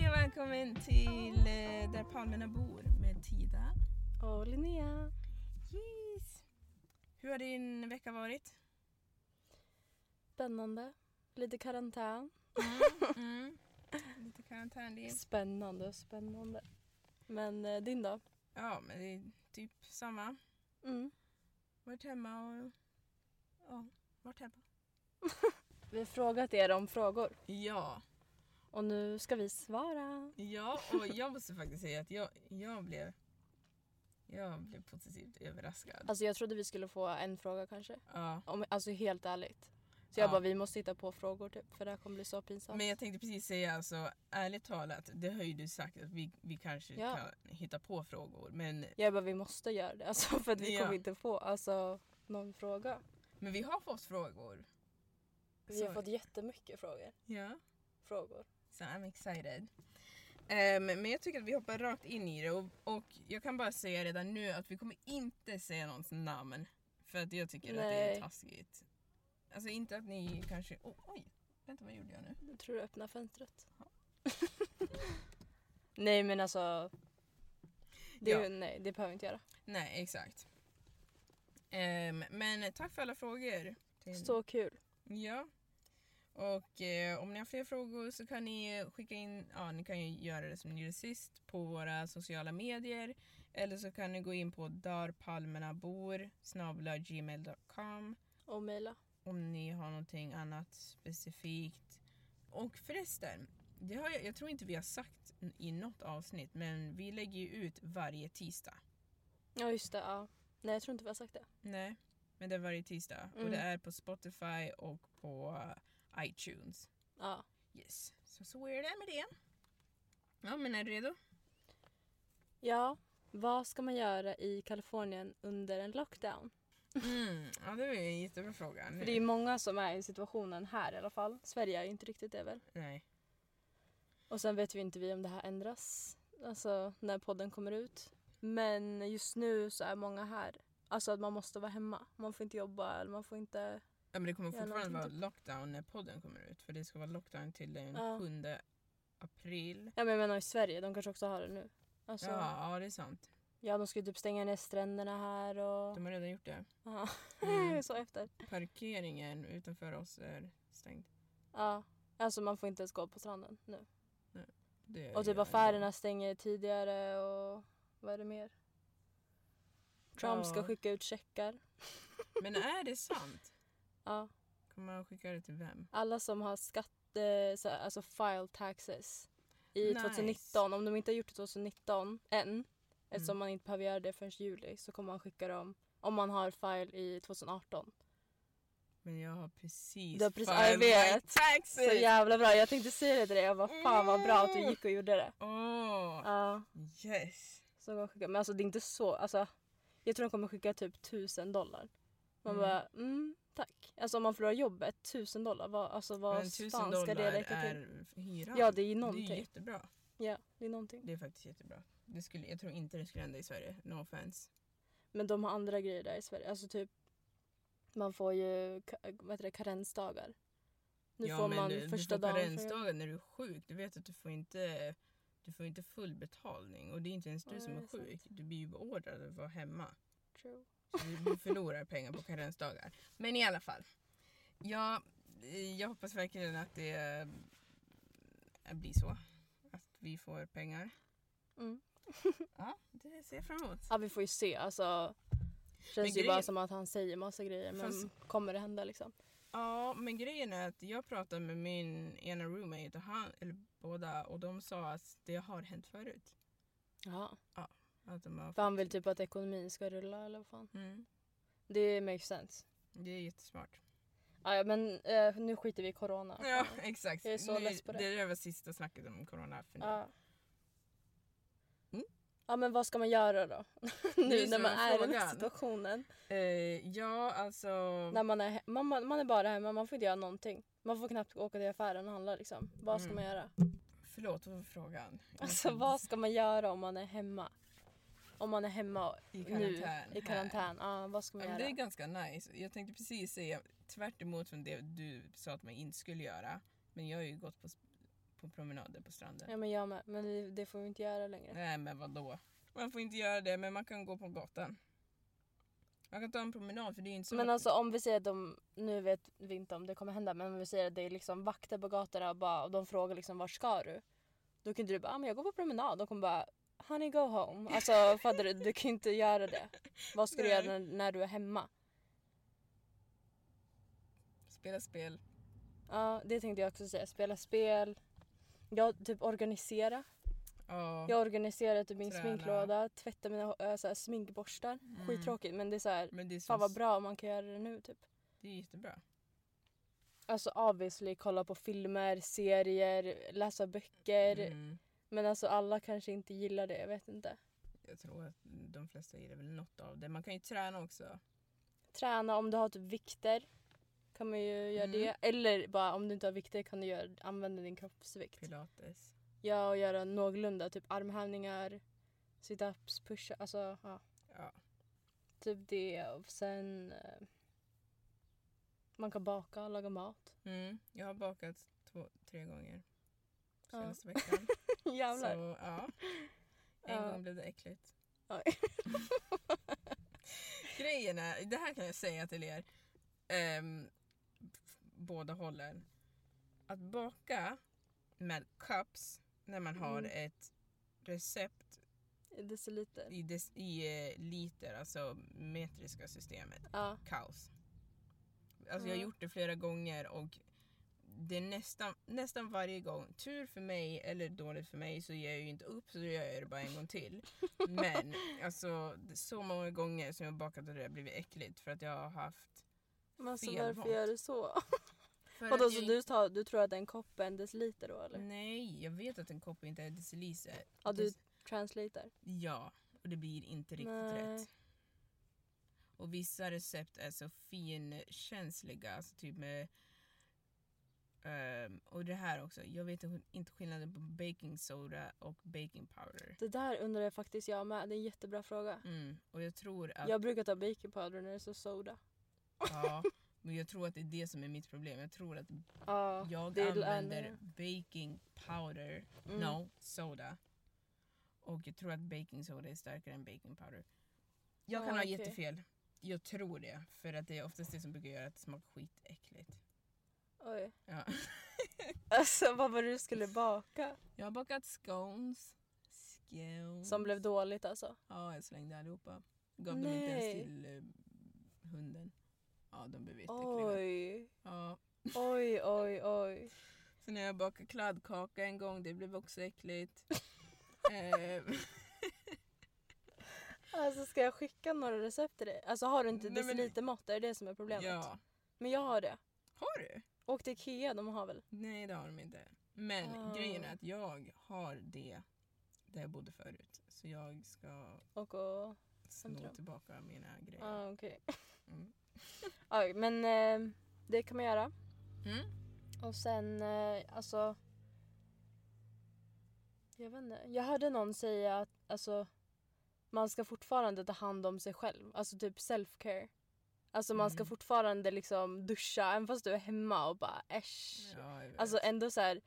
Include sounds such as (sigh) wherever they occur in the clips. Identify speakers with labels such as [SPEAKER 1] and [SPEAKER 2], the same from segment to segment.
[SPEAKER 1] välkommen till eh, Där palmerna bor med Tida.
[SPEAKER 2] Och Linnea.
[SPEAKER 1] Yes. Hur har din vecka varit?
[SPEAKER 2] Spännande. Lite karantän.
[SPEAKER 1] Mm. Lite karantänliv.
[SPEAKER 2] Spännande och spännande. Men eh, din då?
[SPEAKER 1] Ja, men det är typ samma.
[SPEAKER 2] Mm.
[SPEAKER 1] Varit hemma och... Ja, varit hemma.
[SPEAKER 2] Vi har frågat er om frågor
[SPEAKER 1] Ja,
[SPEAKER 2] och nu ska vi svara.
[SPEAKER 1] ja och jag måste faktiskt säga att jag, jag blev... Jag blev positivt överraskad.
[SPEAKER 2] Alltså jag trodde vi skulle få en fråga kanske.
[SPEAKER 1] Ja.
[SPEAKER 2] Om, alltså helt ärligt. Så jag
[SPEAKER 1] Ja.
[SPEAKER 2] bara vi måste hitta på frågor typ för det här kommer bli så pinsamt.
[SPEAKER 1] Men jag tänkte precis säga, alltså, ärligt talat, det har ju du sagt att vi, vi kanske
[SPEAKER 2] Ja.
[SPEAKER 1] kan hitta på frågor. Men,
[SPEAKER 2] Jag bara vi måste göra det (laughs) alltså för att vi
[SPEAKER 1] Ja.
[SPEAKER 2] kommer inte få alltså, någon fråga.
[SPEAKER 1] men vi har fått frågor.
[SPEAKER 2] Vi har
[SPEAKER 1] Så-
[SPEAKER 2] fått jättemycket frågor.
[SPEAKER 1] Ja.
[SPEAKER 2] frågor.
[SPEAKER 1] So I'm excited. Ehm, men jag tycker att vi hoppar rakt in i det och, och jag kan bara säga redan nu att vi kommer inte säga någons namn. För att jag tycker att det är
[SPEAKER 2] Nej.
[SPEAKER 1] taskigt. Alltså inte att ni kanske... Oh, oj! Vänta, vad gjorde jag nu?
[SPEAKER 2] Jag tror du öppnar fönstret. (laughs) nej men alltså. Det,
[SPEAKER 1] Ja.
[SPEAKER 2] nej, det behöver vi inte göra.
[SPEAKER 1] Nej, exakt. Ehm, men tack för alla frågor. Till-
[SPEAKER 2] Så kul.
[SPEAKER 1] Ja. Och eh, om ni har fler frågor så kan ni eh, skicka in, ja ni kan ju göra det som ni gjorde sist på våra sociala medier. Eller så kan ni gå in på darpalmernabor snabla gmail.com
[SPEAKER 2] Och mejla.
[SPEAKER 1] om ni har någonting annat specifikt. Och förresten, det har jag, jag tror inte vi har sagt i något avsnitt men vi lägger ju ut varje tisdag.
[SPEAKER 2] Ja just det. Ja. Nej jag tror inte vi har sagt det.
[SPEAKER 1] Nej, men det är varje tisdag. Och
[SPEAKER 2] Mm.
[SPEAKER 1] det är på Spotify och på eh, iTunes.
[SPEAKER 2] Ja.
[SPEAKER 1] Yes, så så är det med det. Ja, men är du
[SPEAKER 2] (laughs)
[SPEAKER 1] redo?
[SPEAKER 2] ja. Vad ska man göra i Kalifornien under en lockdown?
[SPEAKER 1] Mm, ja, det var ju en jättebra fråga. Nu-
[SPEAKER 2] För det är ju många som är i situationen här i alla fall. Sverige är ju inte riktigt det väl.
[SPEAKER 1] Nej.
[SPEAKER 2] Och sen vet vi inte vi om det här ändras. Alltså när podden kommer ut. Men just nu så är många här. Alltså att man måste vara hemma. Man får inte jobba eller man får inte
[SPEAKER 1] Ja, men det kommer
[SPEAKER 2] Jag har
[SPEAKER 1] fortfarande vara
[SPEAKER 2] någonting
[SPEAKER 1] lockdown när podden kommer ut. För det ska vara lockdown till den
[SPEAKER 2] Ja.
[SPEAKER 1] 7 april.
[SPEAKER 2] Ja men jag menar i Sverige, de kanske också har det nu. Alltså, ja.
[SPEAKER 1] Ja, ja, det är sant.
[SPEAKER 2] de ska ju typ stänga ner stränderna här och...
[SPEAKER 1] De har redan gjort det.
[SPEAKER 2] Ja.
[SPEAKER 1] Mm.
[SPEAKER 2] (laughs) så efter.
[SPEAKER 1] Parkeringen utanför oss är stängd.
[SPEAKER 2] Ja. Alltså man får inte ens gå på stranden nu.
[SPEAKER 1] Det
[SPEAKER 2] Och typ
[SPEAKER 1] gör
[SPEAKER 2] affärerna stänger tidigare och vad är det mer?
[SPEAKER 1] Ja.
[SPEAKER 2] Trump ska skicka ut checkar.
[SPEAKER 1] jag. Men är det sant?
[SPEAKER 2] (laughs) Ja.
[SPEAKER 1] Kommer man skicka det till vem?
[SPEAKER 2] Alla som har skatt, eh, så- alltså file taxes i
[SPEAKER 1] Nice.
[SPEAKER 2] 2019, om de inte har gjort det 2019 än,
[SPEAKER 1] Mm.
[SPEAKER 2] eftersom man inte behöver göra det förrän juli, så kommer man skicka dem om man har file i 2018.
[SPEAKER 1] Men jag har precis...
[SPEAKER 2] Du har precis-
[SPEAKER 1] filed
[SPEAKER 2] jag vet.
[SPEAKER 1] my Taxes!
[SPEAKER 2] Så jävla bra. Jag tänkte säga det till dig. Jag bara fan vad bra att du
[SPEAKER 1] Mm.
[SPEAKER 2] gick och gjorde det.
[SPEAKER 1] Åh,
[SPEAKER 2] Ja,
[SPEAKER 1] yes!
[SPEAKER 2] så de skickar. Men alltså det är inte så. Alltså, jag tror de kommer skicka typ tusen dollar. Man
[SPEAKER 1] Mm.
[SPEAKER 2] bara mm, tack. Alltså om man förlorar jobbet, tusen dollar. Vad, alltså vad
[SPEAKER 1] Men 1000
[SPEAKER 2] fan ska det
[SPEAKER 1] dollar
[SPEAKER 2] räcka till?
[SPEAKER 1] är hyran.
[SPEAKER 2] Ja, det är ju
[SPEAKER 1] Det är
[SPEAKER 2] någonting.
[SPEAKER 1] jättebra.
[SPEAKER 2] Ja, det är någonting.
[SPEAKER 1] Det är faktiskt jättebra. Det skulle, jag tror inte det skulle hända i Sverige. No offense.
[SPEAKER 2] Men de har andra grejer där i Sverige. Alltså typ man får ju ka- vad heter det, karensdagar. Nu
[SPEAKER 1] ja,
[SPEAKER 2] får
[SPEAKER 1] men eh,
[SPEAKER 2] man
[SPEAKER 1] du,
[SPEAKER 2] första
[SPEAKER 1] du får
[SPEAKER 2] dagen. för-
[SPEAKER 1] karensdagar när du är sjuk. Du vet att du får inte, du får inte full betalning. Och det är inte ens du
[SPEAKER 2] Nej,
[SPEAKER 1] som
[SPEAKER 2] det
[SPEAKER 1] är
[SPEAKER 2] är sant.
[SPEAKER 1] sjuk. Du blir ju beordrad att vara hemma.
[SPEAKER 2] True.
[SPEAKER 1] Så du, du förlorar pengar på karensdagar. Men i alla fall. Ja, eh, jag hoppas verkligen att det eh, blir så. Att vi får pengar.
[SPEAKER 2] Mm.
[SPEAKER 1] Ja, det ser jag fram emot.
[SPEAKER 2] Ja, vi får ju se. Alltså,
[SPEAKER 1] Men
[SPEAKER 2] känns ju
[SPEAKER 1] grejen-
[SPEAKER 2] bara som att han säger massa grejer men
[SPEAKER 1] Fast-
[SPEAKER 2] kommer det hända liksom?
[SPEAKER 1] Ja, men grejen är att jag pratade med min ena roommate, och han, eller båda, och de sa att det har hänt förut.
[SPEAKER 2] Jaha.
[SPEAKER 1] Att de har...
[SPEAKER 2] För han vill typ att ekonomin ska rulla eller vad fan.
[SPEAKER 1] mm,
[SPEAKER 2] Det makes sense.
[SPEAKER 1] det är jättesmart.
[SPEAKER 2] Ah, ja, men eh, nu skiter vi i corona.
[SPEAKER 1] Ja, (laughs) exakt.
[SPEAKER 2] Jag är så
[SPEAKER 1] Nu-
[SPEAKER 2] less på det.
[SPEAKER 1] Det där var sista snacket om corona för nu.
[SPEAKER 2] Ja.
[SPEAKER 1] Mm.
[SPEAKER 2] Ah. Ja, men vad ska man göra då? (laughs) nu
[SPEAKER 1] är
[SPEAKER 2] när
[SPEAKER 1] som
[SPEAKER 2] man
[SPEAKER 1] en
[SPEAKER 2] är i den här
[SPEAKER 1] frågan.
[SPEAKER 2] situationen.
[SPEAKER 1] Eh, ja, alltså...
[SPEAKER 2] När man, är he- man, man, man är bara hemma, man får inte göra någonting. Man får knappt åka till affären och handla liksom. Vad ska
[SPEAKER 1] Mm.
[SPEAKER 2] man göra? (laughs)
[SPEAKER 1] Förlåt, vad var frågan?
[SPEAKER 2] Alltså vad ska man göra om man är hemma? Om man är hemma
[SPEAKER 1] I
[SPEAKER 2] nu
[SPEAKER 1] karantän här.
[SPEAKER 2] i karantän. Ja, vad
[SPEAKER 1] Ja,
[SPEAKER 2] ska man
[SPEAKER 1] men
[SPEAKER 2] göra?
[SPEAKER 1] det är ganska nice. Jag tänkte precis säga tvärt emot från det du sa att man inte skulle göra. Men jag har ju gått på, på promenader på stranden.
[SPEAKER 2] Ja men jag med. Men vi, det får vi inte göra längre.
[SPEAKER 1] Nej men vadå? Man får inte göra det men man kan gå på gatan. Man kan ta en promenad för det är inte så...
[SPEAKER 2] Men alltså om vi säger att de, nu vet vi inte om det kommer hända, men om vi säger att det är liksom vakter på gatorna och, bara, och de frågar liksom vart ska du? Då kan inte du bara, ah, men jag går på promenad. De kommer bara, honey go home. Alltså fattar du, du kan inte göra det. Vad ska du
[SPEAKER 1] Nej.
[SPEAKER 2] göra när, när du är hemma?
[SPEAKER 1] Spela spel.
[SPEAKER 2] Ja, det tänkte jag också säga. Spela spel. Jag typ organisera.
[SPEAKER 1] Ja.
[SPEAKER 2] Jag organiserar typ min
[SPEAKER 1] Träna.
[SPEAKER 2] sminklåda, tvättar mina eh, så här, sminkborstar.
[SPEAKER 1] Mm.
[SPEAKER 2] Skittråkigt men det är så här,
[SPEAKER 1] Men det
[SPEAKER 2] fan vad
[SPEAKER 1] känns...
[SPEAKER 2] bra om man kan göra det nu typ.
[SPEAKER 1] Det är jättebra.
[SPEAKER 2] Alltså obviously kolla på filmer, serier, läsa böcker.
[SPEAKER 1] Mm.
[SPEAKER 2] Men alltså alla kanske inte gillar det, jag vet inte.
[SPEAKER 1] Jag tror att de flesta gillar väl något av det. Man kan ju träna också.
[SPEAKER 2] Träna om du har typ vikter. Kan man ju göra
[SPEAKER 1] Mm.
[SPEAKER 2] det. Eller bara om du inte har vikter kan du göra, använda din kroppsvikt.
[SPEAKER 1] Pilates.
[SPEAKER 2] Ja och göra någorlunda, typ armhävningar, situps, push alltså ja.
[SPEAKER 1] Ja.
[SPEAKER 2] Typ det och sen eh, man kan baka, laga mat. (laughs)
[SPEAKER 1] Mm. Jag har bakat två, tre gånger
[SPEAKER 2] Ja.
[SPEAKER 1] senaste veckan.
[SPEAKER 2] Jävlar.
[SPEAKER 1] Så, ja. En
[SPEAKER 2] Ja.
[SPEAKER 1] gång blev det äckligt.
[SPEAKER 2] Oj.
[SPEAKER 1] (laughs) Grejen är, det här kan jag säga till er, ehm, f- båda hållen. Att baka med cups när man har
[SPEAKER 2] Mm.
[SPEAKER 1] ett recept
[SPEAKER 2] Deciliter.
[SPEAKER 1] i, des, i eh, liter, alltså metriska systemet,
[SPEAKER 2] Ja.
[SPEAKER 1] kaos. Alltså jag
[SPEAKER 2] Mm.
[SPEAKER 1] har gjort det flera gånger och det är nästan, nästan varje gång, tur för mig eller dåligt för mig så ger jag ju inte upp så då gör jag det bara en gång till. (laughs) Men alltså det är så många gånger som jag bakat och det har blivit äckligt för att jag har haft...
[SPEAKER 2] Men alltså
[SPEAKER 1] Fel
[SPEAKER 2] varför
[SPEAKER 1] mat.
[SPEAKER 2] gör du så?
[SPEAKER 1] För
[SPEAKER 2] Vadå,
[SPEAKER 1] att Mm,
[SPEAKER 2] så
[SPEAKER 1] jag,
[SPEAKER 2] du, tar, du tror att en kopp är en deciliter då eller?
[SPEAKER 1] Nej, jag vet att en kopp inte är deciliter.
[SPEAKER 2] Ja, du translator.
[SPEAKER 1] Ja, och det blir inte riktigt
[SPEAKER 2] Nej.
[SPEAKER 1] rätt. Och vissa recept är så finkänsliga, alltså typ med... ehm, och det här också, jag vet inte skillnaden på baking soda och baking powder.
[SPEAKER 2] Det där undrar jag faktiskt jag med. Det är en jättebra fråga.
[SPEAKER 1] Mm, och jag tror att...
[SPEAKER 2] Jag brukar ta baking powder när det står soda.
[SPEAKER 1] Ja, men jag tror att det är det som är mitt problem. Jag tror att
[SPEAKER 2] Ja,
[SPEAKER 1] jag
[SPEAKER 2] det är l-
[SPEAKER 1] använder
[SPEAKER 2] lärare.
[SPEAKER 1] baking powder,
[SPEAKER 2] Mm.
[SPEAKER 1] no soda. Och jag tror att baking soda är starkare än baking powder. Jag
[SPEAKER 2] Ja,
[SPEAKER 1] kan ha
[SPEAKER 2] Ah, okej.
[SPEAKER 1] jättefel. Jag tror det, för att det är oftast det som brukar göra att det smakar skitäckligt.
[SPEAKER 2] Oj.
[SPEAKER 1] Ja.
[SPEAKER 2] Alltså vad var det du skulle baka?
[SPEAKER 1] Jag har bakat scones. Scones.
[SPEAKER 2] Som blev dåligt alltså.
[SPEAKER 1] Ja, jag slängde allihopa. Gav dem inte ens
[SPEAKER 2] Nej.
[SPEAKER 1] till eh, hunden. Ja, de blev jätteäckliga.
[SPEAKER 2] Oj.
[SPEAKER 1] Ja.
[SPEAKER 2] Oj, oj, oj.
[SPEAKER 1] Sen har jag bakat kladdkaka en gång, det blev också
[SPEAKER 2] (laughs)
[SPEAKER 1] äckligt. eh,
[SPEAKER 2] Alltså ska jag skicka några recept till dig? Alltså har du inte
[SPEAKER 1] Nej, men-
[SPEAKER 2] decilitermått? Är det det som är problemet?
[SPEAKER 1] ja.
[SPEAKER 2] Men jag har det.
[SPEAKER 1] Har du?
[SPEAKER 2] Och till Ikea, de har väl?
[SPEAKER 1] Nej det har de inte. Men
[SPEAKER 2] Ah.
[SPEAKER 1] grejen är att jag har det där jag bodde förut. Så jag ska
[SPEAKER 2] Och och...
[SPEAKER 1] sno
[SPEAKER 2] Centrum.
[SPEAKER 1] tillbaka mina grejer.
[SPEAKER 2] Ah, okej.
[SPEAKER 1] Mm.
[SPEAKER 2] Oj, men eh, det kan man göra.
[SPEAKER 1] Mm.
[SPEAKER 2] Och sen, eh, alltså... Jag vet inte. Jag hörde någon säga att alltså, man ska fortfarande ta hand om sig själv. Alltså typ self-care. Alltså man ska
[SPEAKER 1] Mm.
[SPEAKER 2] fortfarande liksom duscha även fast du är hemma och bara äsch.
[SPEAKER 1] Ja, jag vet.
[SPEAKER 2] Alltså ändå så här,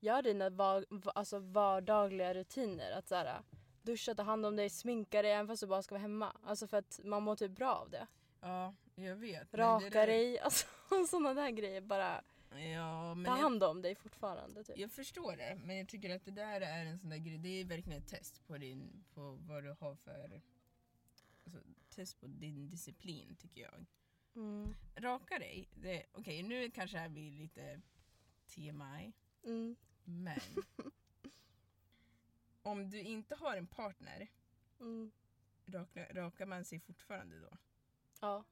[SPEAKER 2] gör dina va- va- alltså vardagliga rutiner. Att så här, duscha, ta hand om dig, sminka dig även fast du bara ska vara hemma. Alltså för att man mår typ bra av det.
[SPEAKER 1] ja, jag vet. men
[SPEAKER 2] Raka
[SPEAKER 1] det där-
[SPEAKER 2] dig, (laughs) alltså sådana där grejer. Bara
[SPEAKER 1] Ja, men
[SPEAKER 2] ta
[SPEAKER 1] jag,
[SPEAKER 2] hand om dig fortfarande typ.
[SPEAKER 1] jag förstår det. Men jag tycker att det där är en sån där grej. Det är verkligen ett test på, din, på vad du har för... Alltså, test på din disciplin tycker jag.
[SPEAKER 2] Mm.
[SPEAKER 1] Raka dig. det- Okej, nu kanske här blir lite TMI.
[SPEAKER 2] Mm. (laughs)
[SPEAKER 1] Men om du inte har en partner,
[SPEAKER 2] Mm.
[SPEAKER 1] raka, rakar man sig fortfarande då?
[SPEAKER 2] Ja.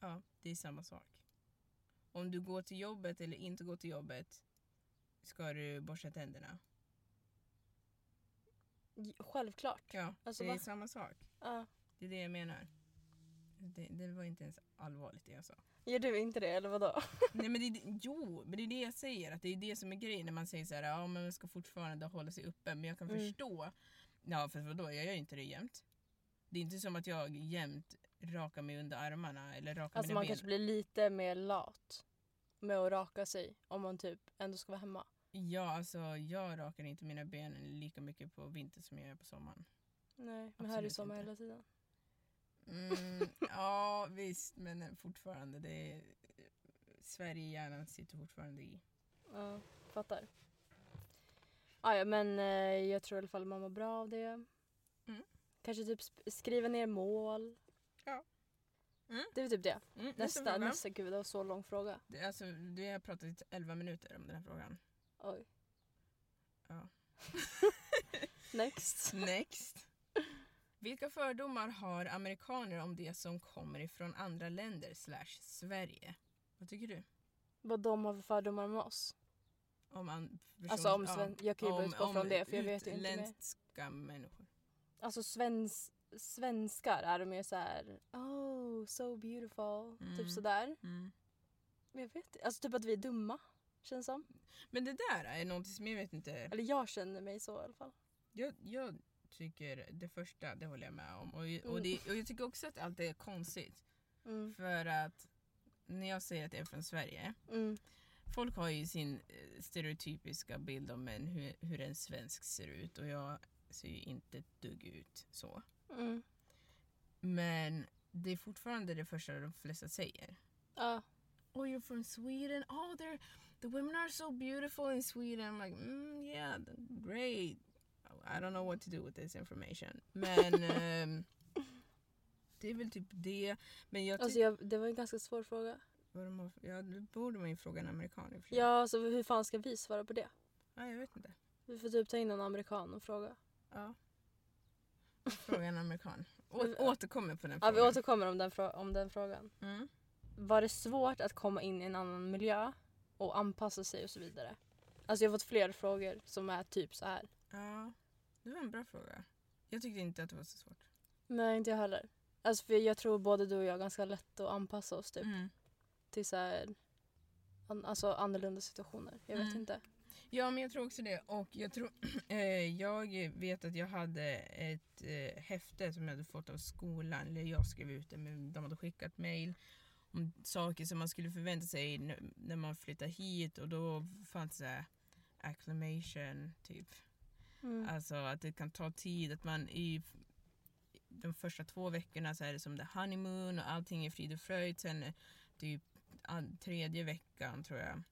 [SPEAKER 1] Ja, det är samma sak. Om du går till jobbet eller inte går till jobbet, ska du borsta tänderna?
[SPEAKER 2] J- Självklart.
[SPEAKER 1] Ja,
[SPEAKER 2] Alltså,
[SPEAKER 1] det är
[SPEAKER 2] va?
[SPEAKER 1] samma sak.
[SPEAKER 2] Ja.
[SPEAKER 1] Det är det jag menar. Det, det var inte ens allvarligt det jag sa.
[SPEAKER 2] Gör du inte det eller vadå?
[SPEAKER 1] Nej, men det, är det- jo, men det är det jag säger. Att det är det som är grejen när man säger så här, ja men man ska fortfarande hålla sig uppe. Men jag kan
[SPEAKER 2] Mm.
[SPEAKER 1] förstå. Ja för vadå, jag gör ju inte det jämt. Det är inte som att jag jämt rakar mig under armarna eller rakar
[SPEAKER 2] Alltså
[SPEAKER 1] mina
[SPEAKER 2] man
[SPEAKER 1] ben.
[SPEAKER 2] kanske blir lite mer lat med att raka sig om man typ ändå ska vara hemma.
[SPEAKER 1] Ja, alltså jag rakar inte mina ben lika mycket på vintern som jag gör på sommaren.
[SPEAKER 2] Nej, men här är det
[SPEAKER 1] Absolut
[SPEAKER 2] sommar
[SPEAKER 1] inte.
[SPEAKER 2] hela tiden. (laughs)
[SPEAKER 1] Mm, ja, visst, men fortfarande. Det är, Sverige hjärnan sitter fortfarande i.
[SPEAKER 2] Ja, fattar. Ah, ja, men eh, jag tror i alla fall man mår bra av det.
[SPEAKER 1] Mm.
[SPEAKER 2] Kanske typ sp- skriva ner mål.
[SPEAKER 1] Ja. Mm.
[SPEAKER 2] Det är typ det.
[SPEAKER 1] Mm,
[SPEAKER 2] Nästa, nästa,
[SPEAKER 1] fråga.
[SPEAKER 2] gud det var så lång fråga.
[SPEAKER 1] Det, alltså, vi har pratat i 11 minuter om den här frågan.
[SPEAKER 2] Oj.
[SPEAKER 1] Ja.
[SPEAKER 2] (laughs) Next.
[SPEAKER 1] Next. Vilka fördomar har amerikaner om det som kommer ifrån andra länder slash Sverige? Vad tycker du?
[SPEAKER 2] Vad de har för fördomar om oss.
[SPEAKER 1] Om an- person,
[SPEAKER 2] Alltså om
[SPEAKER 1] Liksom, ja,
[SPEAKER 2] sven- jag kan ju bara
[SPEAKER 1] om-
[SPEAKER 2] utgå
[SPEAKER 1] om
[SPEAKER 2] från det för jag vet ju inte mer.
[SPEAKER 1] Utländska människor.
[SPEAKER 2] Alltså svens- svenskar är de ju så här. Oh, so beautiful.
[SPEAKER 1] Mm.
[SPEAKER 2] Typ sådär.
[SPEAKER 1] Mm.
[SPEAKER 2] Men jag vet inte. Alltså typ att vi är dumma. Känns
[SPEAKER 1] Mm.
[SPEAKER 2] som.
[SPEAKER 1] Men det där är någonting som jag vet inte.
[SPEAKER 2] Eller jag känner mig så i alla fall.
[SPEAKER 1] Jag, jag tycker det första, det håller jag med om. Och, och,
[SPEAKER 2] Mm.
[SPEAKER 1] det, och jag tycker också att allt är konstigt.
[SPEAKER 2] Mm.
[SPEAKER 1] För att när jag säger att jag är från Sverige
[SPEAKER 2] Mm.
[SPEAKER 1] Folk har ju sin eh, stereotypiska bild om en, hur, hur en svensk ser ut och jag ser ju inte ett dugg ut så.
[SPEAKER 2] Mm.
[SPEAKER 1] Men det är fortfarande det första de flesta säger.
[SPEAKER 2] Ja.
[SPEAKER 1] Oh you're from Sweden, oh they're, the women are so beautiful in Sweden. I'm like mm, yeah, th- great. I don't know what to do with this information. Men (laughs) ehm, det är väl typ det. Men jag
[SPEAKER 2] Alltså
[SPEAKER 1] tycker...
[SPEAKER 2] jag, det var en ganska svår fråga.
[SPEAKER 1] Ja, då borde man ju fråga en amerikan i och för sig.
[SPEAKER 2] Ja, alltså hur fan ska vi svara på det?
[SPEAKER 1] ja, jag vet inte.
[SPEAKER 2] Vi får typ ta in en amerikan och fråga.
[SPEAKER 1] Ja. Fråga en amerikan. Å-
[SPEAKER 2] Men-
[SPEAKER 1] återkommer på den
[SPEAKER 2] Ja,
[SPEAKER 1] frågan.
[SPEAKER 2] vi återkommer om den, frå- om den frågan.
[SPEAKER 1] mm.
[SPEAKER 2] Var det svårt att komma in i en annan miljö och anpassa sig och så vidare? Alltså jag har fått fler frågor som är typ så här.
[SPEAKER 1] ja. Det var en bra fråga. Jag tyckte inte att det var så svårt.
[SPEAKER 2] Nej, inte jag heller. Alltså för jag tror både du och jag är ganska lätt att anpassa oss typ
[SPEAKER 1] Mm.
[SPEAKER 2] till så här, an- alltså annorlunda situationer. Jag vet
[SPEAKER 1] Mm.
[SPEAKER 2] inte.
[SPEAKER 1] Ja, men jag tror också det. Och jag, tror, (clears throat) eh, jag vet att jag hade ett eh, häfte som jag hade fått av skolan. Eller jag skrev ut det, men de hade skickat mejl om saker som man skulle förvänta sig n- när man flyttar hit. Och då fanns det så här acclimation, typ.
[SPEAKER 2] Mm.
[SPEAKER 1] Alltså att det kan ta tid, att man i f- de första två veckorna så är det som the honeymoon och allting är frid och fröjd. Sen eh, typ an- tredje veckan tror jag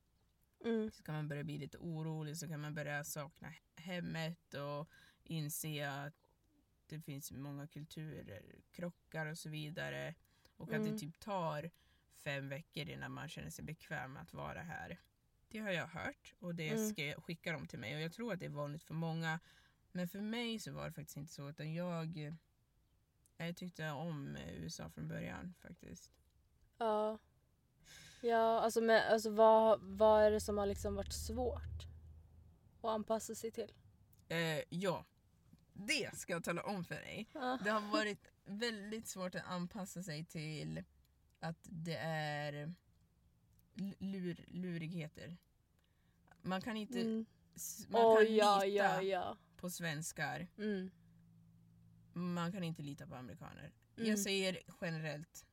[SPEAKER 2] Mm.
[SPEAKER 1] så kan man börja bli lite orolig, så kan man börja sakna he- hemmet och inse att det finns många kulturer, krockar och så vidare. Och att
[SPEAKER 2] Mm.
[SPEAKER 1] det typ tar fem veckor innan man känner sig bekväm med att vara här. Det har jag hört och det
[SPEAKER 2] Mm.
[SPEAKER 1] ska, skickar de till mig och jag tror att det är vanligt för många. Men för mig så var det faktiskt inte så utan jag, eh, jag tyckte om eh, USA från början faktiskt.
[SPEAKER 2] Ja. Ja, alltså, men, alltså vad, vad är det som har liksom varit svårt att anpassa sig till?
[SPEAKER 1] Eh, ja, det ska jag tala om för dig.
[SPEAKER 2] Ja.
[SPEAKER 1] Det har varit väldigt svårt att anpassa sig till att det är l- lur, lurigheter. Man kan inte,
[SPEAKER 2] Mm.
[SPEAKER 1] s- man
[SPEAKER 2] Oj,
[SPEAKER 1] kan
[SPEAKER 2] ja,
[SPEAKER 1] lita
[SPEAKER 2] ja, ja.
[SPEAKER 1] på svenskar,
[SPEAKER 2] Mm.
[SPEAKER 1] man kan inte lita på amerikaner.
[SPEAKER 2] Mm.
[SPEAKER 1] Jag säger generellt,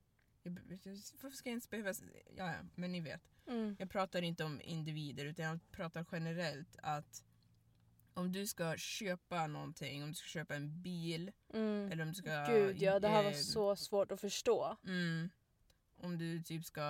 [SPEAKER 1] jag, be- jag- varför ska jag ens behöva, s- ja, ja men ni vet.
[SPEAKER 2] Mm.
[SPEAKER 1] Jag pratar inte om individer utan jag pratar generellt att om du ska köpa någonting, om du ska köpa en bil
[SPEAKER 2] Mm.
[SPEAKER 1] eller om du ska...
[SPEAKER 2] Gud ja, det här var
[SPEAKER 1] eh,
[SPEAKER 2] så svårt att förstå.
[SPEAKER 1] Mm. Om du typ ska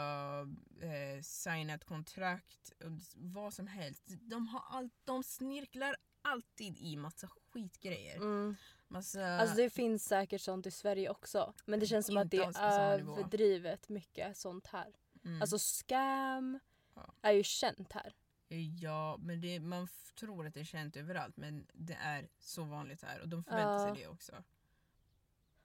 [SPEAKER 1] eh, signa ett kontrakt, och s- vad som helst. De, har allt, de snirklar alltid i massa skitgrejer.
[SPEAKER 2] Mm.
[SPEAKER 1] Massa,
[SPEAKER 2] Alltså det finns säkert sånt i Sverige också. Men det känns som att
[SPEAKER 1] Ah. Inte
[SPEAKER 2] det
[SPEAKER 1] alls på samma
[SPEAKER 2] är
[SPEAKER 1] nivå.
[SPEAKER 2] överdrivet mycket sånt här.
[SPEAKER 1] mm.
[SPEAKER 2] Alltså scam
[SPEAKER 1] Ja.
[SPEAKER 2] är ju känt här.
[SPEAKER 1] eh, ja, men det, man f- tror att det är känt överallt men det är så vanligt här och de förväntar
[SPEAKER 2] Ja.
[SPEAKER 1] sig det också.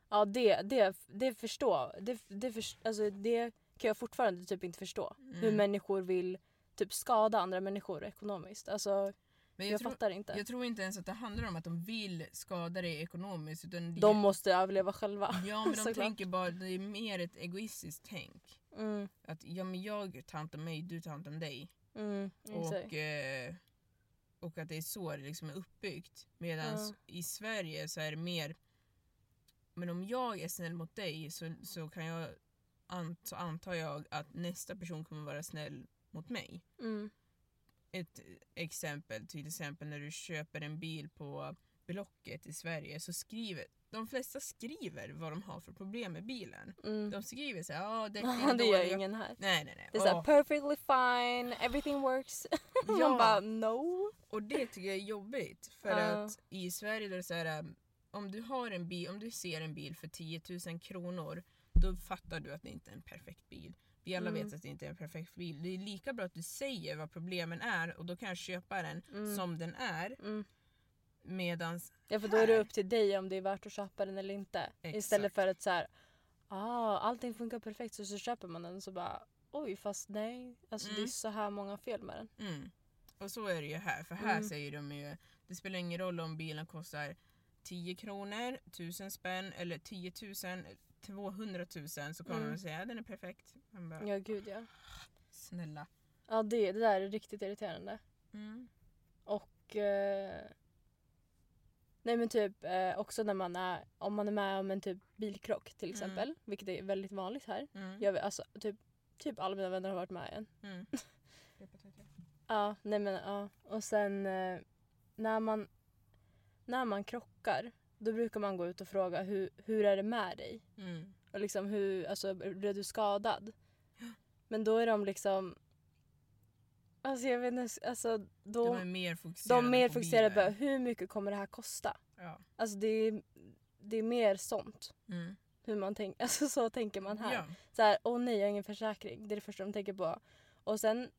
[SPEAKER 2] Ja, det, det, det förstår det, det, förs- alltså, det kan jag fortfarande typ inte förstå. Hur
[SPEAKER 1] Mm.
[SPEAKER 2] människor vill typ skada andra människor ekonomiskt. Alltså,
[SPEAKER 1] Men
[SPEAKER 2] jag,
[SPEAKER 1] jag, tror,
[SPEAKER 2] fattar inte.
[SPEAKER 1] jag tror inte ens att det handlar om att de vill skada dig ekonomiskt. Utan det,
[SPEAKER 2] De måste överleva själva. (laughs)
[SPEAKER 1] ja, men de
[SPEAKER 2] såklart.
[SPEAKER 1] tänker bara, det är mer ett egoistiskt tänk.
[SPEAKER 2] Mm,
[SPEAKER 1] Att ja, men jag tar hand om mig, du tar hand om dig.
[SPEAKER 2] mm, exakt.
[SPEAKER 1] Och, eh, och att det är så det liksom är uppbyggt. Medan
[SPEAKER 2] Ja.
[SPEAKER 1] i Sverige så är det mer, men om jag är snäll mot dig så, så, kan jag, an, så antar jag att nästa person kommer vara snäll mot mig.
[SPEAKER 2] Mm,
[SPEAKER 1] ett exempel, till exempel när du köper en bil på Blocket i Sverige så skriver de flesta skriver vad de har för problem med bilen.
[SPEAKER 2] Mm.
[SPEAKER 1] De skriver så här,
[SPEAKER 2] (laughs)
[SPEAKER 1] "Ah, däcken är
[SPEAKER 2] Ja, det gör
[SPEAKER 1] dåliga."
[SPEAKER 2] ingen här.
[SPEAKER 1] Nej, nej, nej.
[SPEAKER 2] Det är såhär
[SPEAKER 1] Åh.
[SPEAKER 2] perfectly fine, everything works. (laughs) Man
[SPEAKER 1] Ja.
[SPEAKER 2] bara no.
[SPEAKER 1] Och det tycker jag är jobbigt. För
[SPEAKER 2] Ja.
[SPEAKER 1] att i Sverige då är det så här, um, om du, har en bil, om du ser en bil för 10 000 kronor, då fattar du att det inte är en perfekt bil. Vi alla
[SPEAKER 2] Mm.
[SPEAKER 1] vet att det inte är en perfekt bil. Det är lika bra att du säger vad problemen är och då kan jag köpa den
[SPEAKER 2] Mm.
[SPEAKER 1] som den är.
[SPEAKER 2] Mm.
[SPEAKER 1] Medans,
[SPEAKER 2] Ja för då är det
[SPEAKER 1] Här.
[SPEAKER 2] upp till dig om det är värt att köpa den eller inte. Istället
[SPEAKER 1] Exakt.
[SPEAKER 2] för att såhär, ah, allting funkar perfekt så, så köper man den så bara oj fast nej. Alltså det är
[SPEAKER 1] Mm.
[SPEAKER 2] så här många fel med den.
[SPEAKER 1] mm. Och så är det ju här, för här
[SPEAKER 2] Mm.
[SPEAKER 1] säger de ju, det spelar ingen roll om bilen kostar 10 kronor, 1000 spänn eller 10 000, 200 000 så kommer
[SPEAKER 2] Mm.
[SPEAKER 1] de säga att den är perfekt. Man bara,
[SPEAKER 2] Ja gud ja.
[SPEAKER 1] snälla.
[SPEAKER 2] Ja det, det där är riktigt irriterande.
[SPEAKER 1] Mm.
[SPEAKER 2] Och eh, Nej men typ eh, också när man är, om man är med om en typ bilkrock till
[SPEAKER 1] Mm.
[SPEAKER 2] exempel, vilket är väldigt vanligt här.
[SPEAKER 1] Mm.
[SPEAKER 2] Jag, vet- alltså, typ, typ alla mina vänner har varit med i en.
[SPEAKER 1] Mm.
[SPEAKER 2] Ja, nej men ja. Och sen eh, när man, när man krockar då brukar man gå ut och fråga hur, hur är det med dig?
[SPEAKER 1] Mm.
[SPEAKER 2] Och liksom hur, alltså blev du (gasps) skadad? Men då är de liksom, alltså jag vet inte, alltså
[SPEAKER 1] De
[SPEAKER 2] då,
[SPEAKER 1] är mer fokuserade
[SPEAKER 2] de är mer
[SPEAKER 1] på
[SPEAKER 2] fokuserade på
[SPEAKER 1] bilen.
[SPEAKER 2] hur mycket kommer det här kosta?
[SPEAKER 1] Ja.
[SPEAKER 2] Alltså det är, det är mer sånt.
[SPEAKER 1] Mm.
[SPEAKER 2] Hur man tänker, alltså så tänker man här.
[SPEAKER 1] Ja.
[SPEAKER 2] Så här, åh nej jag har ingen försäkring. Det är det första de tänker på. Och sen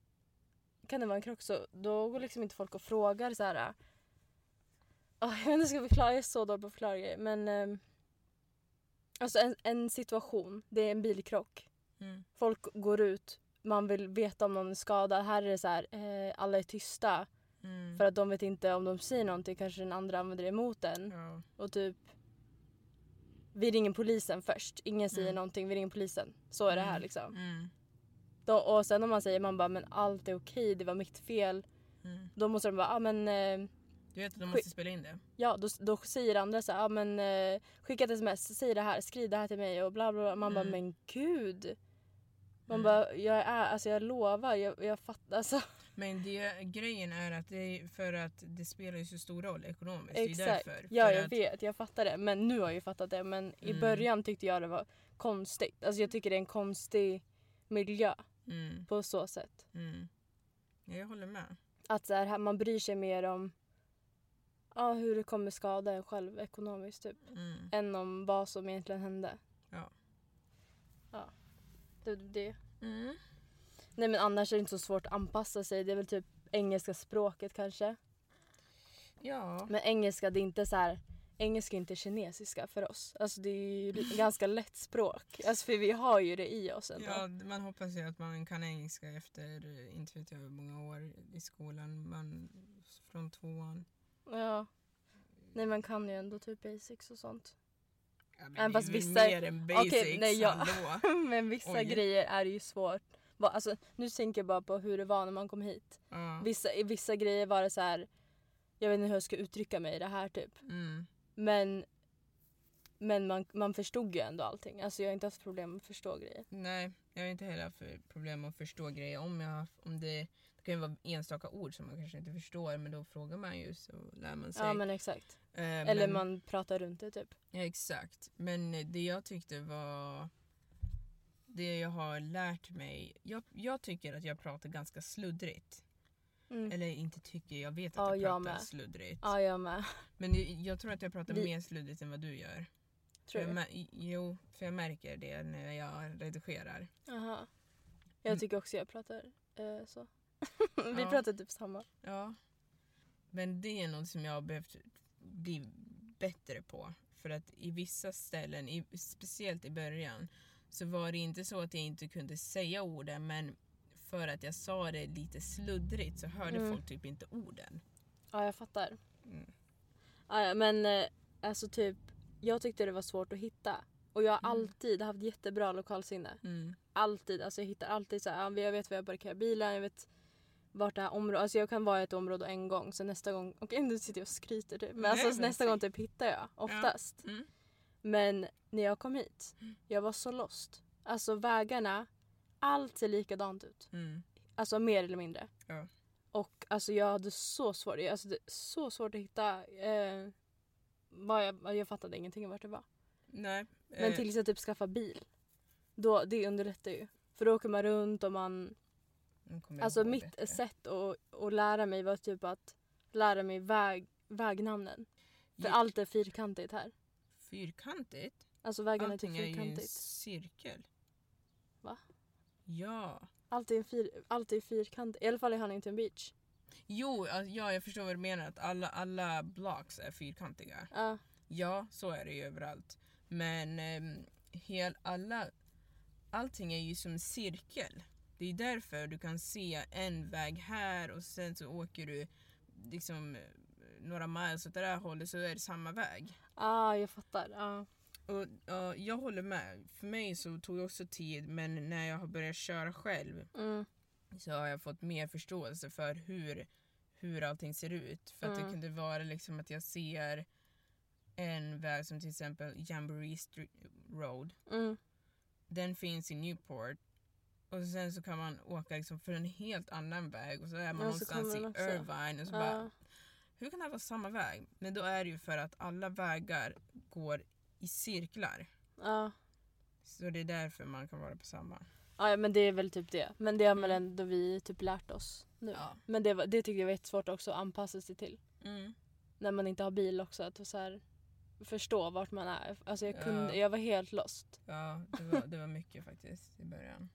[SPEAKER 2] kan det vara en krock så då går liksom inte folk och frågar så här. äh. Åh, jag vet inte hur jag ska förklara, jag är så dålig på att förklara grejer. Men ehm, alltså en, en situation, det är en bilkrock.
[SPEAKER 1] Mm.
[SPEAKER 2] Folk går ut, man vill veta om någon är skadad. Här är det så här, eh, alla är tysta.
[SPEAKER 1] Mm.
[SPEAKER 2] För att de vet inte om de säger någonting kanske den andra använder det emot en.
[SPEAKER 1] Ja.
[SPEAKER 2] Och typ vi ringer polisen först. Ingen säger
[SPEAKER 1] Mm.
[SPEAKER 2] någonting, vi ringer polisen. Så är det här
[SPEAKER 1] Mm.
[SPEAKER 2] liksom.
[SPEAKER 1] Mm.
[SPEAKER 2] Då, och sen om man säger man bara men allt är okej, det var mitt fel.
[SPEAKER 1] Mm.
[SPEAKER 2] Då måste de bara ah, men eh,
[SPEAKER 1] Du vet att de måste spela in det?
[SPEAKER 2] ja då, då säger andra så här, ah, men eh, skicka ett sms, säg det här, skriv det här till mig och bla bla. bla. Man bara
[SPEAKER 1] Mm.
[SPEAKER 2] men gud. Man
[SPEAKER 1] Mm.
[SPEAKER 2] bara jag är alltså jag lovar, jag, jag fattar alltså. (laughs)
[SPEAKER 1] Men det, grejen är att det är för att det spelar ju så stor roll ekonomiskt. Det är
[SPEAKER 2] Exakt.
[SPEAKER 1] därför.
[SPEAKER 2] Ja
[SPEAKER 1] för
[SPEAKER 2] jag
[SPEAKER 1] att,
[SPEAKER 2] vet, jag fattar det. Men nu har jag ju fattat det. Men i
[SPEAKER 1] Mm.
[SPEAKER 2] början tyckte jag det var konstigt. Alltså jag tycker det är en konstig miljö
[SPEAKER 1] Mm.
[SPEAKER 2] på så sätt.
[SPEAKER 1] Mm. Ja, jag håller med.
[SPEAKER 2] Att så här, man bryr sig mer om ja, hur det kommer skada en själv ekonomiskt typ.
[SPEAKER 1] Mm.
[SPEAKER 2] än om vad som egentligen hände.
[SPEAKER 1] Ja.
[SPEAKER 2] Ja. Det, det.
[SPEAKER 1] Mm.
[SPEAKER 2] Nej men annars är det inte så svårt att anpassa sig. Det är väl typ engelska språket kanske.
[SPEAKER 1] Ja.
[SPEAKER 2] Men engelska det är inte så här. Engelska är inte kinesiska för oss. Alltså det är
[SPEAKER 1] (laughs)
[SPEAKER 2] ju li- ganska lätt språk. Alltså för vi har ju det i oss ändå.
[SPEAKER 1] ja, man hoppas ju att man kan engelska efter, eh, inte vet jag hur många år i skolan, man, från tvåan.
[SPEAKER 2] Ja. Nej man kan ju ändå typ basics och sånt.
[SPEAKER 1] Ja,
[SPEAKER 2] Även
[SPEAKER 1] men det är
[SPEAKER 2] fast
[SPEAKER 1] ju
[SPEAKER 2] vissa-
[SPEAKER 1] mer än basics
[SPEAKER 2] Okej, nej, jag-
[SPEAKER 1] ändå.
[SPEAKER 2] (laughs) men vissa
[SPEAKER 1] Oj.
[SPEAKER 2] grejer är ju svårt. Bara- Alltså, nu tänker jag bara på hur det var när man kom hit.
[SPEAKER 1] Ja.
[SPEAKER 2] Vissa, i vissa grejer var det så här. Jag vet inte hur jag ska uttrycka mig i det här typ.
[SPEAKER 1] Mm.
[SPEAKER 2] Men, men man, man förstod ju ändå allting. Alltså jag har inte haft problem med att förstå grejer.
[SPEAKER 1] Nej, jag har inte heller haft för- problem att förstå grejer. Om jag, har haft- om det, det kan ju vara enstaka ord som man kanske inte förstår men då frågar man ju så lär man sig.
[SPEAKER 2] Ja men exakt.
[SPEAKER 1] Eh,
[SPEAKER 2] Eller
[SPEAKER 1] men-
[SPEAKER 2] man pratar runt det typ.
[SPEAKER 1] Ja, exakt. Men eh, det jag tyckte var... Det jag har lärt mig... Jag, jag tycker att jag pratar ganska sluddrigt.
[SPEAKER 2] Mm.
[SPEAKER 1] Eller inte tycker, jag vet
[SPEAKER 2] Ja,
[SPEAKER 1] att
[SPEAKER 2] jag
[SPEAKER 1] jag pratar
[SPEAKER 2] med.
[SPEAKER 1] sluddrigt.
[SPEAKER 2] Ja jag med. (laughs)
[SPEAKER 1] Men jag, jag tror att jag pratar
[SPEAKER 2] Vi-
[SPEAKER 1] mer sluddrigt än vad du gör.
[SPEAKER 2] Tror
[SPEAKER 1] jag.
[SPEAKER 2] jag.
[SPEAKER 1] mä- Jo, för jag märker det när jag redigerar.
[SPEAKER 2] Aha. Jag tycker också jag pratar eh, så. (laughs) Vi
[SPEAKER 1] Mm. Ja.
[SPEAKER 2] pratar typ samma.
[SPEAKER 1] Ja. Men det är något som jag har behövt bli bättre på. För att i vissa ställen, i, speciellt i början, så var det inte så att jag inte kunde säga orden men för att jag sa det lite sluddrigt så hörde
[SPEAKER 2] Mm.
[SPEAKER 1] folk typ inte orden.
[SPEAKER 2] Ja jag fattar.
[SPEAKER 1] Mm.
[SPEAKER 2] Ja, ja, men eh, alltså typ. Jag tyckte det var svårt att hitta. Och jag har
[SPEAKER 1] Mm.
[SPEAKER 2] alltid haft jättebra lokalsinne.
[SPEAKER 1] Mm.
[SPEAKER 2] Alltid. Alltså jag hittar alltid så här, ja, jag vet var jag parkerar bilen, jag vet vart det här området, alltså jag kan vara i ett område en gång så nästa gång, okej nu sitter jag och skryter typ, men
[SPEAKER 1] Nej,
[SPEAKER 2] alltså
[SPEAKER 1] men
[SPEAKER 2] nästa
[SPEAKER 1] säg.
[SPEAKER 2] gång typ hittar jag oftast.
[SPEAKER 1] Mm.
[SPEAKER 2] Men när jag kom hit, jag var så lost. Alltså vägarna, allt ser likadant ut.
[SPEAKER 1] Mm.
[SPEAKER 2] Alltså mer eller mindre.
[SPEAKER 1] Ja.
[SPEAKER 2] Och alltså jag hade så svårt, jag- alltså, det, så svårt att hitta eh, vad jag, jag fattade ingenting om vart det var.
[SPEAKER 1] Nej.
[SPEAKER 2] Men
[SPEAKER 1] eh,
[SPEAKER 2] tills jag typ skaffade bil. Då, det underlättar ju. För då åker man runt och man...
[SPEAKER 1] nu kommer jag
[SPEAKER 2] Alltså
[SPEAKER 1] ihåg
[SPEAKER 2] mitt
[SPEAKER 1] bättre.
[SPEAKER 2] sätt att, att lära mig var typ att lära mig väg, vägnamnen. För
[SPEAKER 1] Gick
[SPEAKER 2] allt är fyrkantigt här.
[SPEAKER 1] Fyrkantigt?
[SPEAKER 2] Alltså vägen är typ
[SPEAKER 1] Allting är ju en
[SPEAKER 2] fyrkantigt.
[SPEAKER 1] cirkel.
[SPEAKER 2] Va?
[SPEAKER 1] Ja.
[SPEAKER 2] Allt är, en fyr, allt är fyrkantigt. I alla fall i Huntington Beach.
[SPEAKER 1] Jo, alltså, ja, jag förstår vad du menar. Att alla, alla blocks är fyrkantiga.
[SPEAKER 2] Ja.
[SPEAKER 1] Ja, så är det ju överallt. Men ehm, hel, alla, allting är ju som en cirkel. Det är därför du kan se en väg här och sen så åker du liksom eh, några miles åt det där hållet så är det samma väg.
[SPEAKER 2] ah, jag fattar. Ah.
[SPEAKER 1] Och, ja, jag håller med. För mig så tog det också tid men när jag har börjat köra själv
[SPEAKER 2] Mm.
[SPEAKER 1] så har jag fått mer förståelse för hur, hur allting ser ut. För att det
[SPEAKER 2] Mm.
[SPEAKER 1] kunde vara liksom att jag ser en väg som till exempel Jamboree Street Road.
[SPEAKER 2] Mm.
[SPEAKER 1] Den finns i Newport. Och sen så kan man åka liksom för en helt annan väg och så är man
[SPEAKER 2] Ja, så
[SPEAKER 1] någonstans
[SPEAKER 2] kommer
[SPEAKER 1] i
[SPEAKER 2] den också.
[SPEAKER 1] Irvine och så bara,
[SPEAKER 2] Ah.
[SPEAKER 1] hur kan det här vara samma väg? Men då är det ju för att alla vägar går i cirklar.
[SPEAKER 2] Ah.
[SPEAKER 1] Så det är därför man kan vara på samma.
[SPEAKER 2] Ah, ja men det är väl typ det. Men det har väl ändå vi typ lärt oss nu.
[SPEAKER 1] Ja.
[SPEAKER 2] Men det, var- det tyckte jag var jättesvårt också att anpassa sig till.
[SPEAKER 1] Mm.
[SPEAKER 2] När man inte har bil också att så här, förstå vart man är. Alltså jag, kunde,
[SPEAKER 1] Ja.
[SPEAKER 2] jag var helt lost.
[SPEAKER 1] Ja, det var, det var mycket faktiskt i början.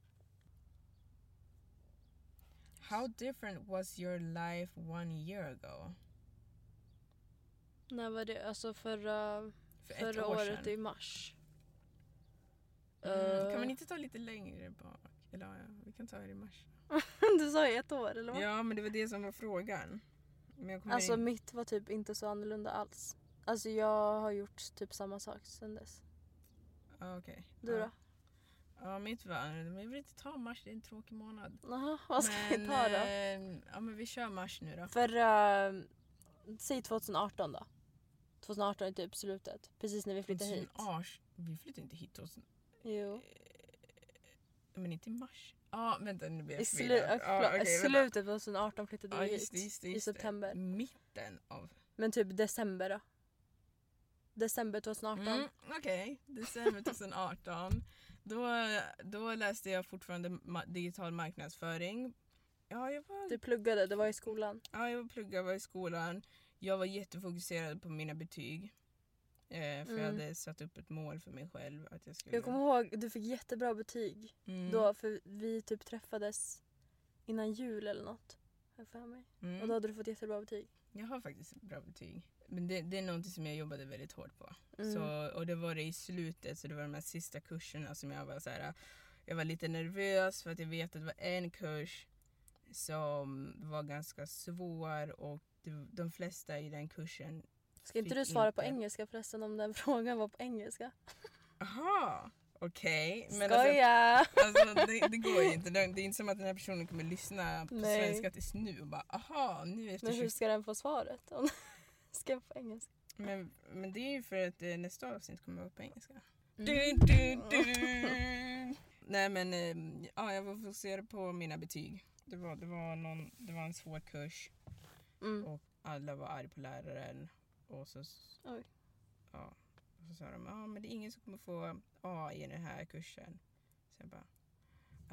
[SPEAKER 1] How different was your life one year ago?
[SPEAKER 2] När var det? Alltså förra,
[SPEAKER 1] För ett
[SPEAKER 2] förra
[SPEAKER 1] år
[SPEAKER 2] året
[SPEAKER 1] sedan.
[SPEAKER 2] i mars.
[SPEAKER 1] Mm. Kan man
[SPEAKER 2] Eh.
[SPEAKER 1] inte ta lite längre bak? Eller ja, vi kan ta det i mars.
[SPEAKER 2] (laughs) du sa ju ett år eller vad?
[SPEAKER 1] Ja, men det var det som var frågan. Men jag kommer
[SPEAKER 2] Alltså
[SPEAKER 1] in-
[SPEAKER 2] mitt var typ inte så annorlunda alls. Alltså jag har gjort typ samma sak sen dess.
[SPEAKER 1] ah, okej.
[SPEAKER 2] Du
[SPEAKER 1] ja.
[SPEAKER 2] då?
[SPEAKER 1] Ja, mitt var annorlunda. Men jag vill inte ta mars, det är en tråkig månad.
[SPEAKER 2] Jaha, vad ska
[SPEAKER 1] men,
[SPEAKER 2] vi ta då?
[SPEAKER 1] eh, Ja, men vi kör mars nu då.
[SPEAKER 2] Förra, eh, säg 2018 då. 2018 är typ slutet. Precis när vi flyttade hit.
[SPEAKER 1] 2018. Alltså, Vi flyttar inte hit hos
[SPEAKER 2] Jo.
[SPEAKER 1] Men inte i mars. Ja, vänta nu blir
[SPEAKER 2] I
[SPEAKER 1] jag
[SPEAKER 2] slu-
[SPEAKER 1] förvirrad. Ja,
[SPEAKER 2] förlåt,
[SPEAKER 1] okej, vänta.
[SPEAKER 2] slutet på 2018 flyttade
[SPEAKER 1] Ja,
[SPEAKER 2] vi
[SPEAKER 1] just
[SPEAKER 2] hit.
[SPEAKER 1] det, just det,
[SPEAKER 2] I
[SPEAKER 1] just det.
[SPEAKER 2] september.
[SPEAKER 1] Mitten av...
[SPEAKER 2] Men typ december då. December 2018.
[SPEAKER 1] Mm, Okej,
[SPEAKER 2] (laughs)
[SPEAKER 1] december 2018. då, då läste jag fortfarande ma- digital marknadsföring. Ja, jag var,
[SPEAKER 2] Du pluggade, det var i skolan.
[SPEAKER 1] ja, jag var pluggade, var i skolan. Jag var jättefokuserad på mina betyg. Eh, för jag
[SPEAKER 2] Mm.
[SPEAKER 1] hade satt upp ett mål för mig själv. Att jag skulle...
[SPEAKER 2] Jag kommer ihåg, du fick jättebra betyg
[SPEAKER 1] mm,
[SPEAKER 2] då för vi typ träffades innan jul eller något. har jag för mig.
[SPEAKER 1] mm.
[SPEAKER 2] Och då hade du fått jättebra betyg.
[SPEAKER 1] Jag har faktiskt bra betyg. Men det, det är någonting som jag jobbade väldigt hårt på.
[SPEAKER 2] Mm.
[SPEAKER 1] Så, och det var det i slutet, så det var de här sista kurserna som jag var så här. Jag var lite nervös för att jag vet att det var en kurs som var ganska svår och de, de flesta i den kursen...
[SPEAKER 2] Ska inte
[SPEAKER 1] fick
[SPEAKER 2] du svara på
[SPEAKER 1] inte-
[SPEAKER 2] engelska förresten om den (laughs) frågan var på engelska?
[SPEAKER 1] Aha! Okej. Men alltså,
[SPEAKER 2] Skoja!
[SPEAKER 1] alltså, det, det går ju inte. Det det är inte som att den här personen kommer lyssna på
[SPEAKER 2] Nej.
[SPEAKER 1] svenska tills nu och bara aha, nu efter
[SPEAKER 2] Men hur
[SPEAKER 1] 20...
[SPEAKER 2] ska den (laughs) få svaret? Om- ska jag på engelska?
[SPEAKER 1] Men, men det är ju för att eh, nästa avsnitt kommer vara på engelska. Du, du,
[SPEAKER 2] Mm.
[SPEAKER 1] du. Mm. (laughs) Nej men eh, ja, jag var fokuserad på mina betyg. Det var, det, var någon, det var en svår kurs
[SPEAKER 2] Mm.
[SPEAKER 1] och alla var arga på läraren. Och så,
[SPEAKER 2] Oj.
[SPEAKER 1] Ja, och så sa de ah, men det är ingen som kommer få A i den här kursen. Så jag bara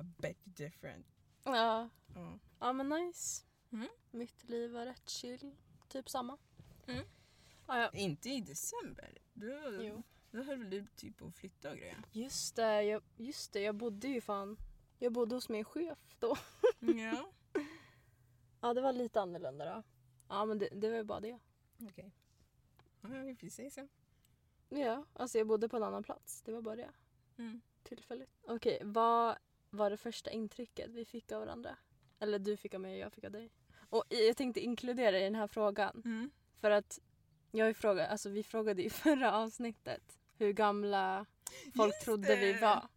[SPEAKER 1] I bet you different.
[SPEAKER 2] Ja.
[SPEAKER 1] Ja.
[SPEAKER 2] ja, men nice.
[SPEAKER 1] Mm.
[SPEAKER 2] Mitt liv var rätt chill. Typ samma.
[SPEAKER 1] Mm.
[SPEAKER 2] Ja, ja.
[SPEAKER 1] Inte i december. Då,
[SPEAKER 2] Jo.
[SPEAKER 1] då höll väl du typ på att flytta och grejer.
[SPEAKER 2] Just, det, jag, just det, jag bodde ju fan... Jag bodde hos min chef då.
[SPEAKER 1] ja.
[SPEAKER 2] Ja, det var lite annorlunda då. Ja, men det, det var ju bara det.
[SPEAKER 1] Okej. Ja, vi får se sen.
[SPEAKER 2] Ja, alltså jag bodde på en annan plats. Det var bara det.
[SPEAKER 1] Mm.
[SPEAKER 2] Tillfälligt. Okej, vad var det första intrycket vi fick av varandra? Eller du fick av mig och jag fick av dig. Och i- jag tänkte inkludera i den här frågan.
[SPEAKER 1] Mm.
[SPEAKER 2] För att jag frågade, alltså vi frågade i (laughs) förra avsnittet hur gamla folk
[SPEAKER 1] Just
[SPEAKER 2] trodde
[SPEAKER 1] det!
[SPEAKER 2] vi var.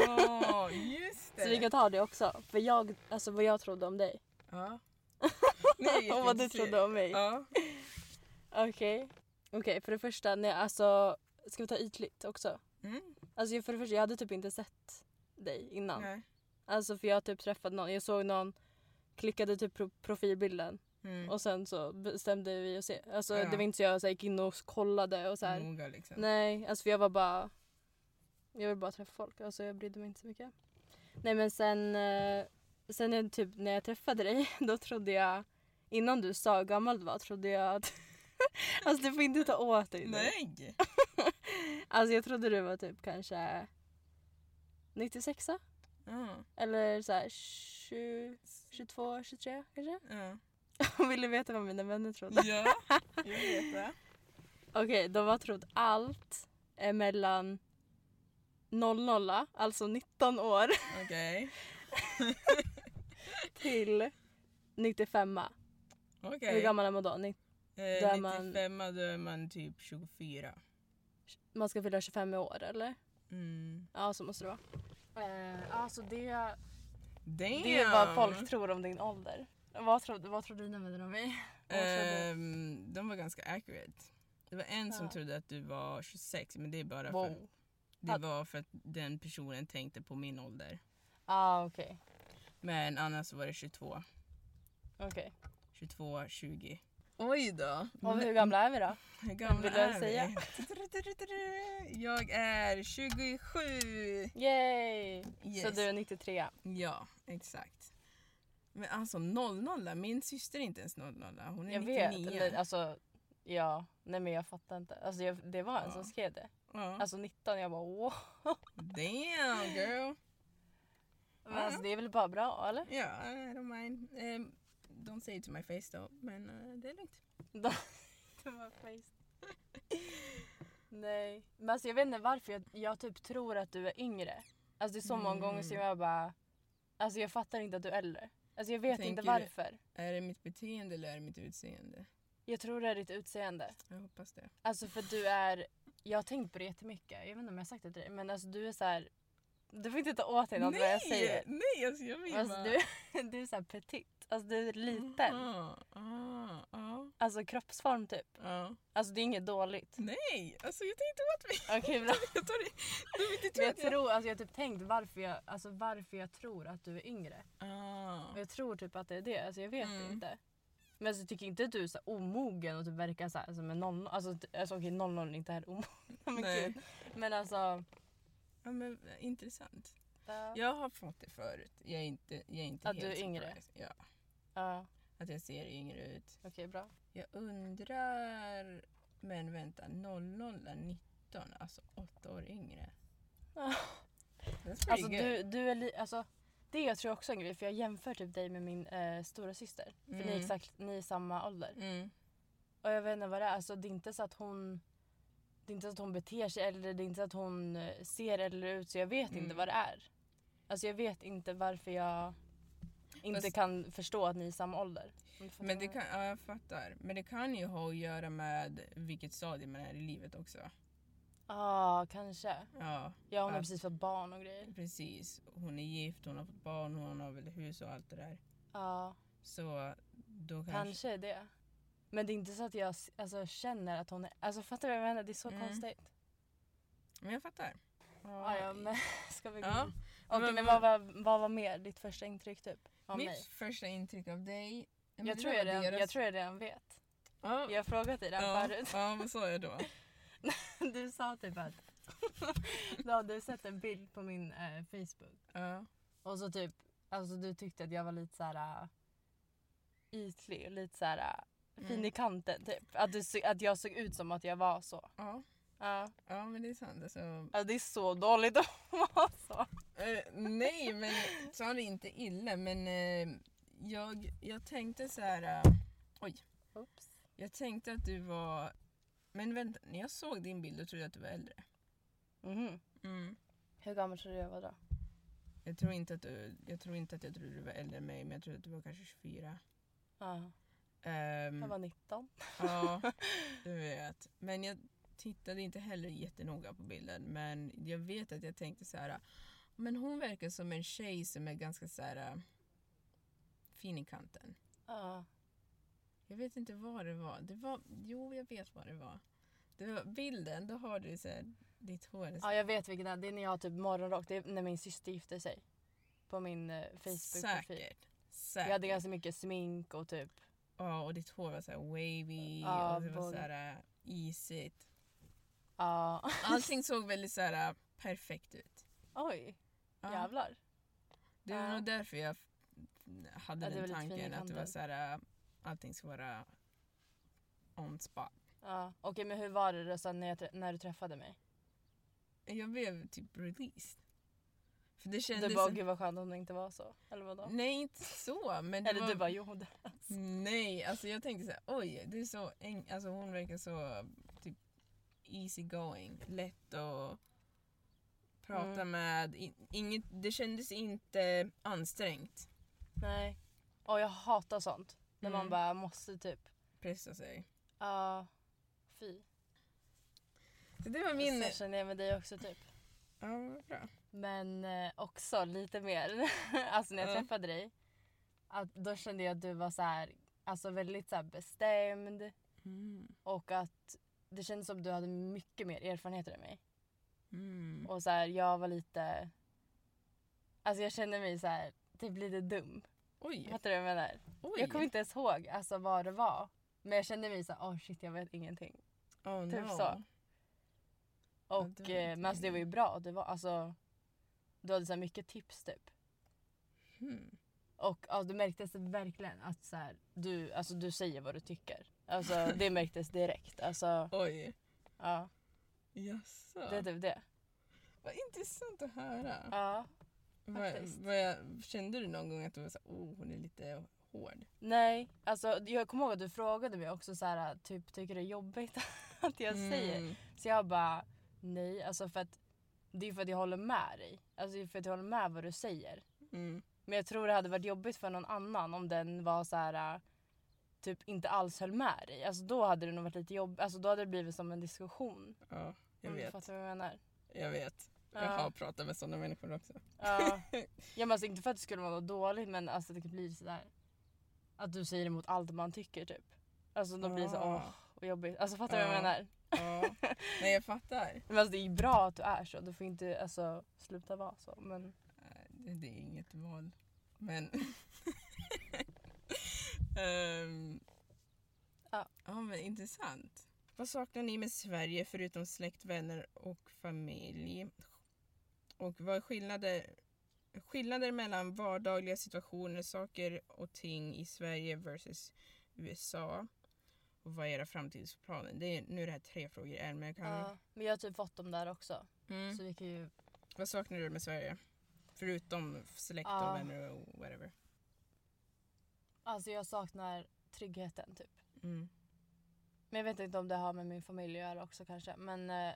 [SPEAKER 1] Ja, just det.
[SPEAKER 2] (laughs) Så vi kan ta det också. För jag, alltså vad jag trodde om dig.
[SPEAKER 1] Ja. Nej,
[SPEAKER 2] Och vad du trodde om mig.
[SPEAKER 1] Ja.
[SPEAKER 2] Okej. Okej, för det första, nej, alltså, ska vi ta ytligt också?
[SPEAKER 1] Mm,
[SPEAKER 2] Alltså jag- för det första, jag hade typ inte sett dig innan.
[SPEAKER 1] nej.
[SPEAKER 2] Alltså för jag typ träffade någon, jag såg någon klickade typ pro- profilbilden
[SPEAKER 1] Mm.
[SPEAKER 2] och sen så bestämde vi oss. Alltså
[SPEAKER 1] Ja.
[SPEAKER 2] det var inte så jag så här, gick in och kollade och så här.
[SPEAKER 1] Noga liksom.
[SPEAKER 2] Nej, alltså för jag var bara... Jag ville bara träffa folk, alltså jag brydde mig inte så mycket. Nej men sen, eh, sen är det typ när jag träffade dig, (laughs) då trodde jag... Innan du sa hur gammal du var trodde jag att... (laughs) alltså du får inte ta åt dig nu.
[SPEAKER 1] Nej!
[SPEAKER 2] Alltså jag trodde du var typ kanske 96
[SPEAKER 1] Ja.
[SPEAKER 2] eller så här 20, 22, 23 (laughs) kanske.
[SPEAKER 1] Ja.
[SPEAKER 2] Jag ville veta vad mina vänner trodde.
[SPEAKER 1] ja, jag vet det.
[SPEAKER 2] (laughs) Okej, de har trott allt eh, mellan 00, alltså 19 år, (laughs)
[SPEAKER 1] Okej.
[SPEAKER 2] till 95. Hur
[SPEAKER 1] Okej.
[SPEAKER 2] gammal är man då? Ni-
[SPEAKER 1] Eh,
[SPEAKER 2] där man-
[SPEAKER 1] 95 då är man typ 24.
[SPEAKER 2] Man ska fylla 25 i år eller?
[SPEAKER 1] Mm.
[SPEAKER 2] Ja, så måste det vara. alltså det,
[SPEAKER 1] Damn!
[SPEAKER 2] det är vad folk tror om din ålder. Vad tror, vad tror dina vänner om mig? Vad tror du?
[SPEAKER 1] Ehm, de var ganska accurate. Det var en som
[SPEAKER 2] Ja.
[SPEAKER 1] trodde att du var 26 men det är bara för,
[SPEAKER 2] Wow.
[SPEAKER 1] det var för att den personen tänkte på min ålder.
[SPEAKER 2] Ah, okej.
[SPEAKER 1] Men annars var det 22.
[SPEAKER 2] okej.
[SPEAKER 1] 22, 20. Oj då!
[SPEAKER 2] Och hur gamla är vi då?
[SPEAKER 1] Hur gamla
[SPEAKER 2] vill du
[SPEAKER 1] är (laughs)
[SPEAKER 2] säga?
[SPEAKER 1] vi? Jag är 27!
[SPEAKER 2] Yay! Så
[SPEAKER 1] Yes.
[SPEAKER 2] du är 93.
[SPEAKER 1] Ja, exakt. Men alltså 00, min syster är inte ens 00, hon är
[SPEAKER 2] Jag
[SPEAKER 1] 99.
[SPEAKER 2] vet. Eller, alltså, ja. Nej men jag fattar inte. Alltså, jag, det var en
[SPEAKER 1] Ja. Mm.
[SPEAKER 2] som skrev det.
[SPEAKER 1] ja.
[SPEAKER 2] Alltså 19, jag bara wow.
[SPEAKER 1] Damn girl!
[SPEAKER 2] Men
[SPEAKER 1] Ja.
[SPEAKER 2] alltså, det är väl bara bra
[SPEAKER 1] (laughs)
[SPEAKER 2] eller?
[SPEAKER 1] Ja, I don't mind. Um, don't say it to my face då, men eh, det är lugnt.
[SPEAKER 2] Det var face. (laughs) Nej. Men alltså, jag vet inte varför jag, jag typ tror att du är yngre. Alltså det är så många gånger som
[SPEAKER 1] Mm.
[SPEAKER 2] jag bara... Alltså jag fattar inte att du är äldre. Alltså jag vet
[SPEAKER 1] Tänker
[SPEAKER 2] inte
[SPEAKER 1] du-
[SPEAKER 2] varför.
[SPEAKER 1] Är det mitt beteende eller är det mitt utseende?
[SPEAKER 2] Jag tror det är ditt utseende.
[SPEAKER 1] Jag hoppas det.
[SPEAKER 2] Alltså för du är... Jag har tänkt på det jättemycket. Jag vet inte om jag har sagt det till dig. Men alltså du är så här... Du får inte ta åt dig något vad jag säger.
[SPEAKER 1] nej alltså jag vill
[SPEAKER 2] Alltså
[SPEAKER 1] bara...
[SPEAKER 2] du, du (laughs) är så här petit. Alltså du är liten.
[SPEAKER 1] Ja, ja, ja,
[SPEAKER 2] Alltså kroppsform typ.
[SPEAKER 1] ja.
[SPEAKER 2] Alltså det är
[SPEAKER 1] (laughs)
[SPEAKER 2] inget dåligt.
[SPEAKER 1] Nej, alltså jag tänkte (laughs) åt mig.
[SPEAKER 2] Okej bra.
[SPEAKER 1] Jag tar det. Du vet inte
[SPEAKER 2] Men jag
[SPEAKER 1] att jag...
[SPEAKER 2] tror, alltså jag har typ tänkt varför jag, alltså varför jag tror att du är yngre.
[SPEAKER 1] Ah.
[SPEAKER 2] Och jag tror typ att det är det. Alltså jag vet
[SPEAKER 1] Mm.
[SPEAKER 2] inte. Men alltså, jag tycker inte att du är så här omogen och typ verkar så här som en noll. Alltså, t- alltså okej nollon är inte här omogen. (laughs) Men,
[SPEAKER 1] Nej.
[SPEAKER 2] gud. men alltså.
[SPEAKER 1] Ja, men, eh, intressant.
[SPEAKER 2] Ja.
[SPEAKER 1] Jag har fått det förut. Jag är inte, jag är inte
[SPEAKER 2] Att
[SPEAKER 1] helt
[SPEAKER 2] du är yngre?
[SPEAKER 1] surprised. Ja,
[SPEAKER 2] Ja,
[SPEAKER 1] att jag ser yngre ut. (laughs)
[SPEAKER 2] Okej bra.
[SPEAKER 1] Jag undrar... Men vänta, 00 är 19, alltså 8 år yngre.
[SPEAKER 2] Ja.
[SPEAKER 1] That's
[SPEAKER 2] Alltså,
[SPEAKER 1] pretty good.
[SPEAKER 2] du, du är li- alltså, det jag tror jag också är en grej, för jag jämför typ dig med min eh, stora syster. För ni, är
[SPEAKER 1] Mm.
[SPEAKER 2] exakt, ni är samma ålder.
[SPEAKER 1] Mm.
[SPEAKER 2] Och jag vet inte vad det är. Alltså, det är inte så att hon det är inte så att hon beter sig eller det är inte så att hon eh, ser eller ut så jag vet inte
[SPEAKER 1] Mm.
[SPEAKER 2] vad det är. Alltså jag vet inte varför jag inte
[SPEAKER 1] Fast-
[SPEAKER 2] kan förstå att ni är samma ålder. Om du fattar
[SPEAKER 1] Men det
[SPEAKER 2] vad jag
[SPEAKER 1] kan, ja, jag fattar. Men det kan ju ha att göra med vilket stadie man är i livet också.
[SPEAKER 2] menar. Ja, kanske.
[SPEAKER 1] Ja,
[SPEAKER 2] Ja, hon har
[SPEAKER 1] Att-
[SPEAKER 2] precis fått barn och grejer.
[SPEAKER 1] precis. Hon är gift, hon har fått barn, hon har väl hus och allt det där.
[SPEAKER 2] Ja,
[SPEAKER 1] Så då kanske...
[SPEAKER 2] kanske är det. Men det är inte så att jag s- alltså, känner att hon är... Alltså fattar du vad jag menar? Det är så
[SPEAKER 1] Mm.
[SPEAKER 2] konstigt.
[SPEAKER 1] Men jag fattar.
[SPEAKER 2] Ja, ja, men (laughs) ska vi gå
[SPEAKER 1] Ja.
[SPEAKER 2] in? Okej,
[SPEAKER 1] Men-
[SPEAKER 2] men vad var, vad var mer ditt första intryck typ? Av mig?
[SPEAKER 1] Mitt första intryck av dig... Men
[SPEAKER 2] Jag
[SPEAKER 1] det
[SPEAKER 2] tror
[SPEAKER 1] där
[SPEAKER 2] jag,
[SPEAKER 1] var
[SPEAKER 2] redan,
[SPEAKER 1] deras-
[SPEAKER 2] jag tror jag redan vet.
[SPEAKER 1] Ja,
[SPEAKER 2] Jag har frågat dig det här
[SPEAKER 1] ja,
[SPEAKER 2] förut. (laughs)
[SPEAKER 1] ja, vad sa jag då?
[SPEAKER 2] Du sa typ att (laughs) du hade sett en bild på min eh, Facebook.
[SPEAKER 1] Ja.
[SPEAKER 2] Och så typ, alltså du tyckte att jag var lite såhär uh, ytlig och lite såhär uh, fin
[SPEAKER 1] Mm.
[SPEAKER 2] i kanten typ. Att, du, så- att jag såg ut som att jag var så.
[SPEAKER 1] Ja,
[SPEAKER 2] Ja.
[SPEAKER 1] ja men det är sant. Alltså,
[SPEAKER 2] Alltså det är så dåligt (laughs) att vara så.
[SPEAKER 1] Eh, nej, men ta det inte illa. Men eh, jag, jag tänkte så här... eh, oj.
[SPEAKER 2] Oops.
[SPEAKER 1] Jag tänkte att du var... Men vänta, när jag såg din bild då trodde jag att du var äldre.
[SPEAKER 2] Mhm. Hur gammal tror du jag var då?
[SPEAKER 1] Jag, tror inte att du, jag tror inte att jag trodde du var äldre än mig, men jag trodde att du var kanske 24.
[SPEAKER 2] Ja,
[SPEAKER 1] Ehm,
[SPEAKER 2] jag var 19. (laughs)
[SPEAKER 1] Ja, du vet. Men jag tittade inte heller jättenoga på bilden. Men jag vet att jag tänkte så här. Men hon verkar som en tjej som är ganska så här fin i kanten.
[SPEAKER 2] Ja.
[SPEAKER 1] Jag vet inte vad det var. Det var jo, jag vet vad det var. Det var bilden, då har du så här, ditt hår. är så-
[SPEAKER 2] Ja, jag vet vilken det är. Det är när jag har typ morgonrock. Det är när min syster gifte sig. På min eh, Facebook-profil.
[SPEAKER 1] Säkert.
[SPEAKER 2] Jag hade
[SPEAKER 1] Säkert.
[SPEAKER 2] ganska mycket smink och typ...
[SPEAKER 1] Ja, och ditt hår var såhär wavy
[SPEAKER 2] Ja,
[SPEAKER 1] och det var
[SPEAKER 2] både-
[SPEAKER 1] såhär isigt.
[SPEAKER 2] Ja.
[SPEAKER 1] Allting såg väldigt såhär perfekt ut.
[SPEAKER 2] Oj,
[SPEAKER 1] Ja.
[SPEAKER 2] jävlar.
[SPEAKER 1] Det var
[SPEAKER 2] Ja.
[SPEAKER 1] nog därför jag f- hade
[SPEAKER 2] Ja, det
[SPEAKER 1] den
[SPEAKER 2] var lite fin i
[SPEAKER 1] tanken att det var
[SPEAKER 2] kanten.
[SPEAKER 1] såhär, allting ska vara on spot.
[SPEAKER 2] Ja. Okej, men hur var det då sen när, jag, trä- när du träffade mig?
[SPEAKER 1] Jag blev typ released. För det
[SPEAKER 2] Du
[SPEAKER 1] kändes...
[SPEAKER 2] bara, gud vad skönt om det inte var så. Eller vadå?
[SPEAKER 1] nej, inte så. Men det
[SPEAKER 2] Eller
[SPEAKER 1] var,
[SPEAKER 2] du bara, jo det.
[SPEAKER 1] Nej, alltså jag tänkte så här, oj, det är så eng- alltså hon verkar så typ easy going, lätt att prata
[SPEAKER 2] Mm.
[SPEAKER 1] med. I- Inget, det kändes inte ansträngt,
[SPEAKER 2] Nej. Och jag hatar sånt. När
[SPEAKER 1] Mm.
[SPEAKER 2] man bara måste typ...
[SPEAKER 1] pressa sig.
[SPEAKER 2] Ja. fy.
[SPEAKER 1] Så det var min...
[SPEAKER 2] Min... Så känner jag med dig också typ.
[SPEAKER 1] Ja, vad bra.
[SPEAKER 2] Men eh, också lite mer, (laughs) alltså när jag
[SPEAKER 1] Ja.
[SPEAKER 2] träffade dig, att då kände jag att du var så här, alltså väldigt så här bestämd
[SPEAKER 1] Mm.
[SPEAKER 2] och att det kändes som du hade mycket mer erfarenheter än mig.
[SPEAKER 1] Mm.
[SPEAKER 2] Och så här, jag var lite, alltså jag kände mig så här, typ lite dum.
[SPEAKER 1] Oj,
[SPEAKER 2] Fattar du vad jag menar?
[SPEAKER 1] oj.
[SPEAKER 2] Jag kommer inte ens ihåg alltså, vad det var. Men jag kände mig så här, oh shit jag vet ingenting.
[SPEAKER 1] oh,
[SPEAKER 2] typ
[SPEAKER 1] no.
[SPEAKER 2] så.
[SPEAKER 1] Ja,
[SPEAKER 2] Och,
[SPEAKER 1] det var
[SPEAKER 2] eh,
[SPEAKER 1] inte
[SPEAKER 2] men alltså, det var ju bra, det var, alltså, du hade så här, mycket tips typ.
[SPEAKER 1] Mm.
[SPEAKER 2] Och ja, det märktes verkligen att så här, du, alltså, du säger vad du tycker. Alltså,
[SPEAKER 1] (laughs)
[SPEAKER 2] det märktes direkt. Alltså,
[SPEAKER 1] Oj,
[SPEAKER 2] ja,
[SPEAKER 1] jaså.
[SPEAKER 2] det är typ det.
[SPEAKER 1] Vad intressant att höra.
[SPEAKER 2] Ja.
[SPEAKER 1] vad,
[SPEAKER 2] faktiskt.
[SPEAKER 1] vad jag, kände du någon gång att du var så här, oh, hon är lite hård?
[SPEAKER 2] Nej, alltså, jag kommer ihåg att du frågade mig också så här, typ tycker du det är jobbigt (laughs) att jag säger.
[SPEAKER 1] Mm.
[SPEAKER 2] Så jag bara nej, alltså för att det är för att jag håller med dig. Alltså det är för att jag håller med vad du säger.
[SPEAKER 1] Mm.
[SPEAKER 2] Men jag tror det hade varit jobbigt för någon annan om den var så här äh, typ inte alls höll med dig. Alltså då hade det nog varit lite jobbigt. Alltså då hade det blivit som en diskussion.
[SPEAKER 1] Ja, jag
[SPEAKER 2] Om du
[SPEAKER 1] vet.
[SPEAKER 2] fattar vad jag menar.
[SPEAKER 1] Jag vet. Jag
[SPEAKER 2] Ja.
[SPEAKER 1] har pratat med sådana människor också. (laughs)
[SPEAKER 2] Ja. ja men alltså, inte för att det skulle vara något dåligt men alltså det kan bli sådär. Att du säger emot allt man tycker typ. Alltså de blir så
[SPEAKER 1] Ah.
[SPEAKER 2] åh vad jobbigt. Alltså fattar du vad jag
[SPEAKER 1] Ja.
[SPEAKER 2] menar?
[SPEAKER 1] Ja. Nej, jag fattar.
[SPEAKER 2] Men alltså det är ju bra att du är så. Du får inte alltså sluta vara så. Men
[SPEAKER 1] Nej, Det, det är inget val. (laughs) Men... Ehm,
[SPEAKER 2] Ja.
[SPEAKER 1] ja, men intressant. Vad saknar ni med Sverige förutom släkt, vänner och familj? Och vad är skillnader, skillnader mellan vardagliga situationer, saker och ting i Sverige versus USA? Och vad är era framtidsplaner? Det är, nu är det här tre frågor i en, men jag kan...
[SPEAKER 2] ja. Men jag har typ fått dem där också.
[SPEAKER 1] Mm.
[SPEAKER 2] Så vi kan ju.
[SPEAKER 1] Vad saknar du med Sverige? Förutom släkt
[SPEAKER 2] Ja.
[SPEAKER 1] och vänner och whatever.
[SPEAKER 2] Alltså jag saknar tryggheten typ.
[SPEAKER 1] Mm.
[SPEAKER 2] Men jag vet inte om det har med min familj att göra också kanske. Men, eh,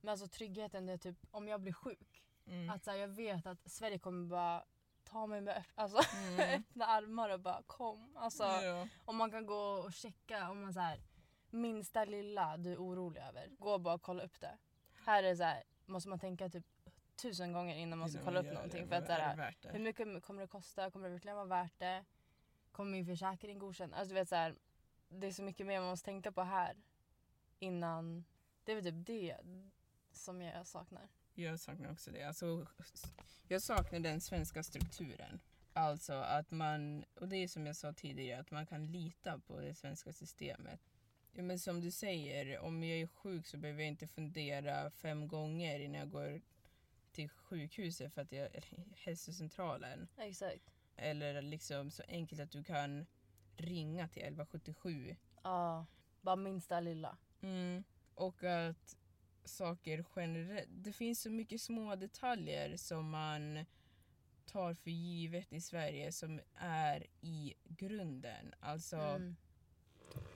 [SPEAKER 2] men alltså tryggheten det är typ om jag blir sjuk.
[SPEAKER 1] Mm.
[SPEAKER 2] Att så här, jag vet att Sverige kommer bara ta mig med öpp- alltså, (laughs)
[SPEAKER 1] Mm.
[SPEAKER 2] öppna armar och bara kom. Alltså,
[SPEAKER 1] Ja.
[SPEAKER 2] Om man kan gå och checka om man så här, minsta lilla du är orolig över. Gå och bara och kolla upp det. Här är det så här, måste man tänka typ tusen gånger innan man ska
[SPEAKER 1] Innan
[SPEAKER 2] kolla
[SPEAKER 1] gör
[SPEAKER 2] upp
[SPEAKER 1] det,
[SPEAKER 2] någonting. För
[SPEAKER 1] vad
[SPEAKER 2] att, så
[SPEAKER 1] är det
[SPEAKER 2] här,
[SPEAKER 1] värt det?
[SPEAKER 2] hur mycket kommer det kosta? Kommer det verkligen vara värt det? Kommer min försäkring godkänna? Alltså du vet så här, det är så mycket mer man måste tänka på här innan. Det är väl typ det som jag saknar.
[SPEAKER 1] Jag saknar också det. Alltså, jag saknar den svenska strukturen. Alltså att man, och det är som jag sa tidigare, att man kan lita på det svenska systemet. Ja, men som du säger, om jag är sjuk så behöver jag inte fundera fem gånger innan jag går till sjukhuset, för att jag, eller (laughs) hälsocentralen.
[SPEAKER 2] Exakt.
[SPEAKER 1] Eller liksom så enkelt att du kan ringa till 1177.
[SPEAKER 2] Ja, bara minsta lilla.
[SPEAKER 1] Mm. Och att saker generellt... Det finns så mycket små detaljer som man tar för givet i Sverige som är i grunden. Alltså,
[SPEAKER 2] Mm.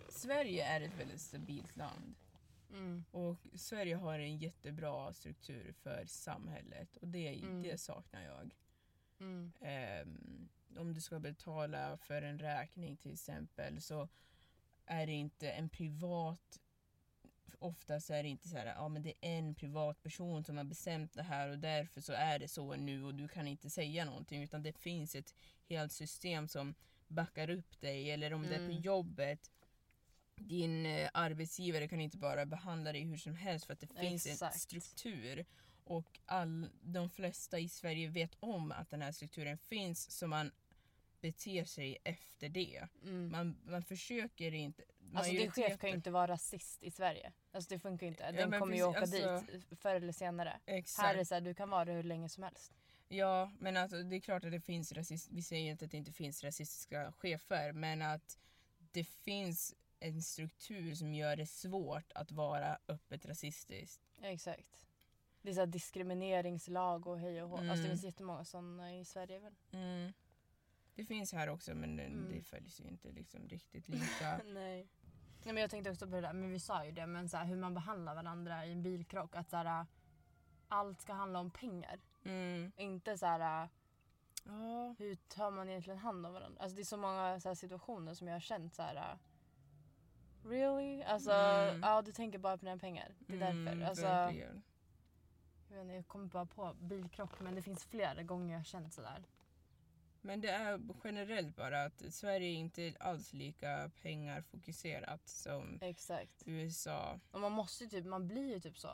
[SPEAKER 1] Sverige är ett väldigt stabilt land.
[SPEAKER 2] Mm.
[SPEAKER 1] Och Sverige har en jättebra struktur för samhället och det,
[SPEAKER 2] Mm.
[SPEAKER 1] det saknar jag.
[SPEAKER 2] Mm.
[SPEAKER 1] Ehm, om du ska betala för en räkning till exempel så är det inte en privat Oftast är det inte så här, ja men det är en privatperson som har bestämt det här och därför så är det så nu och du kan inte säga någonting utan det finns ett helt system som backar upp dig eller om det är på
[SPEAKER 2] Mm.
[SPEAKER 1] jobbet din eh, arbetsgivare kan inte bara behandla dig hur som helst för att det finns en
[SPEAKER 2] Exakt.
[SPEAKER 1] struktur och all, de flesta i Sverige vet om att den här strukturen finns så man beter sig efter det.
[SPEAKER 2] Mm.
[SPEAKER 1] Man, man försöker inte...
[SPEAKER 2] Alltså din chef kan
[SPEAKER 1] majoriteten-
[SPEAKER 2] ju inte vara rasist i Sverige. Alltså det funkar ju inte. Den
[SPEAKER 1] men
[SPEAKER 2] kommer ju åka
[SPEAKER 1] precis, alltså-
[SPEAKER 2] dit förr eller senare. Här är
[SPEAKER 1] Exakt.
[SPEAKER 2] det så här, du kan vara det hur länge som helst.
[SPEAKER 1] Ja, men alltså, det är klart att det finns rasist... Vi säger inte att det inte finns rasistiska chefer, men att det finns en struktur som gör det svårt att vara öppet rasistisk.
[SPEAKER 2] Ja, exakt. Det är så här diskrimineringslag och hej och hå. Alltså
[SPEAKER 1] Mm.
[SPEAKER 2] det finns jättemånga sådana i Sverige väl?
[SPEAKER 1] Det finns här också, men det,
[SPEAKER 2] Mm.
[SPEAKER 1] det följs ju inte liksom riktigt
[SPEAKER 2] (laughs)
[SPEAKER 1] lika.
[SPEAKER 2] Nej. Nej men jag tänkte också på det där, men vi sa ju det, men så här, hur man behandlar varandra i en bilkrock. Att så här, allt ska handla om pengar.
[SPEAKER 1] Mm.
[SPEAKER 2] Inte så här,
[SPEAKER 1] Ja.
[SPEAKER 2] hur tar man egentligen hand om varandra? Alltså det är så många så här, situationer som jag har känt så här. Really? Alltså,
[SPEAKER 1] Mm.
[SPEAKER 2] ja du tänker bara på dina pengar. Det är
[SPEAKER 1] Mm,
[SPEAKER 2] därför. Alltså,
[SPEAKER 1] verkligen.
[SPEAKER 2] jag, vet inte, jag kommer bara på bilkrock, men det finns flera gånger jag har känt sådär.
[SPEAKER 1] Men det är generellt bara att Sverige är inte alls lika pengarfokuserat som
[SPEAKER 2] Exakt.
[SPEAKER 1] USA.
[SPEAKER 2] Och man måste ju typ, man blir ju typ så.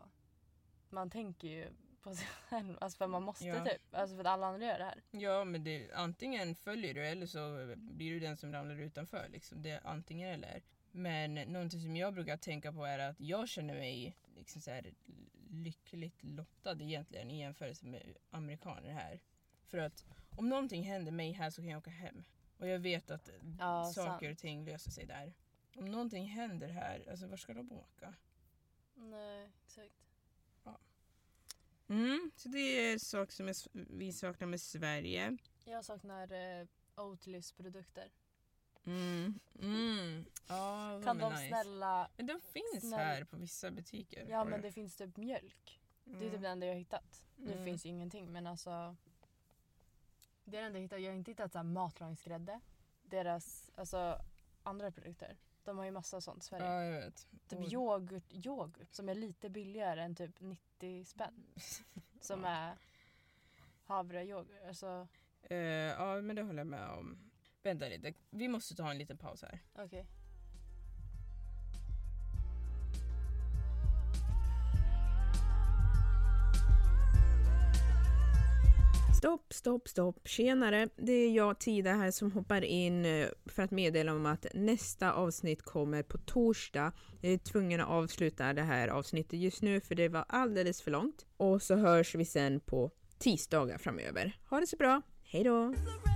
[SPEAKER 2] Man tänker ju på sig (laughs) själv. Alltså för man måste
[SPEAKER 1] Ja.
[SPEAKER 2] typ. Alltså för att alla andra gör det här.
[SPEAKER 1] Ja, men det, antingen följer du eller så blir du den som ramlar utanför. Liksom. Det är antingen eller. Men någonting som jag brukar tänka på är att jag känner mig liksom så här lyckligt lottad egentligen i jämförelse med amerikaner här. För att om någonting händer mig här så kan jag åka hem. Och jag vet att
[SPEAKER 2] Ja,
[SPEAKER 1] saker och ting löser sig där. Om någonting händer här, alltså var ska de åka?
[SPEAKER 2] Nej, exakt.
[SPEAKER 1] Mm, så det är saker som jag, vi saknar med Sverige.
[SPEAKER 2] Jag saknar eh, Oatlys produkter.
[SPEAKER 1] Mm. Mm. Ja, de
[SPEAKER 2] kan
[SPEAKER 1] är
[SPEAKER 2] de
[SPEAKER 1] nice.
[SPEAKER 2] snälla...
[SPEAKER 1] Men de finns
[SPEAKER 2] snälla-
[SPEAKER 1] här på vissa butiker.
[SPEAKER 2] Ja men det finns typ mjölk. Det är typ det enda jag har hittat.
[SPEAKER 1] Mm.
[SPEAKER 2] Nu finns ju ingenting men alltså. Det är det enda jag hittat. Jag har inte hittat så här matlagningsgrädde. Deras alltså, andra produkter. De har ju massa sånt i Sverige.
[SPEAKER 1] Ja, jag vet.
[SPEAKER 2] Typ
[SPEAKER 1] Och-
[SPEAKER 2] yoghurt, yoghurt som är lite billigare än typ
[SPEAKER 1] (laughs)
[SPEAKER 2] 90 spänn. Som är havreyoghurt. Alltså,
[SPEAKER 1] Eh, ja, men det håller jag med om. Vänta lite, vi måste ta en liten paus här.
[SPEAKER 2] okej.
[SPEAKER 1] Stopp, stopp, stopp. Tjenare! Det är jag, Tida, här som hoppar in eh, för att meddela om att nästa avsnitt kommer på torsdag. Jag är tvungen att avsluta det här avsnittet just nu för det var alldeles för långt. Och så hörs vi sen på tisdagar framöver. Ha det så bra! Hej då!
[SPEAKER 3] It's a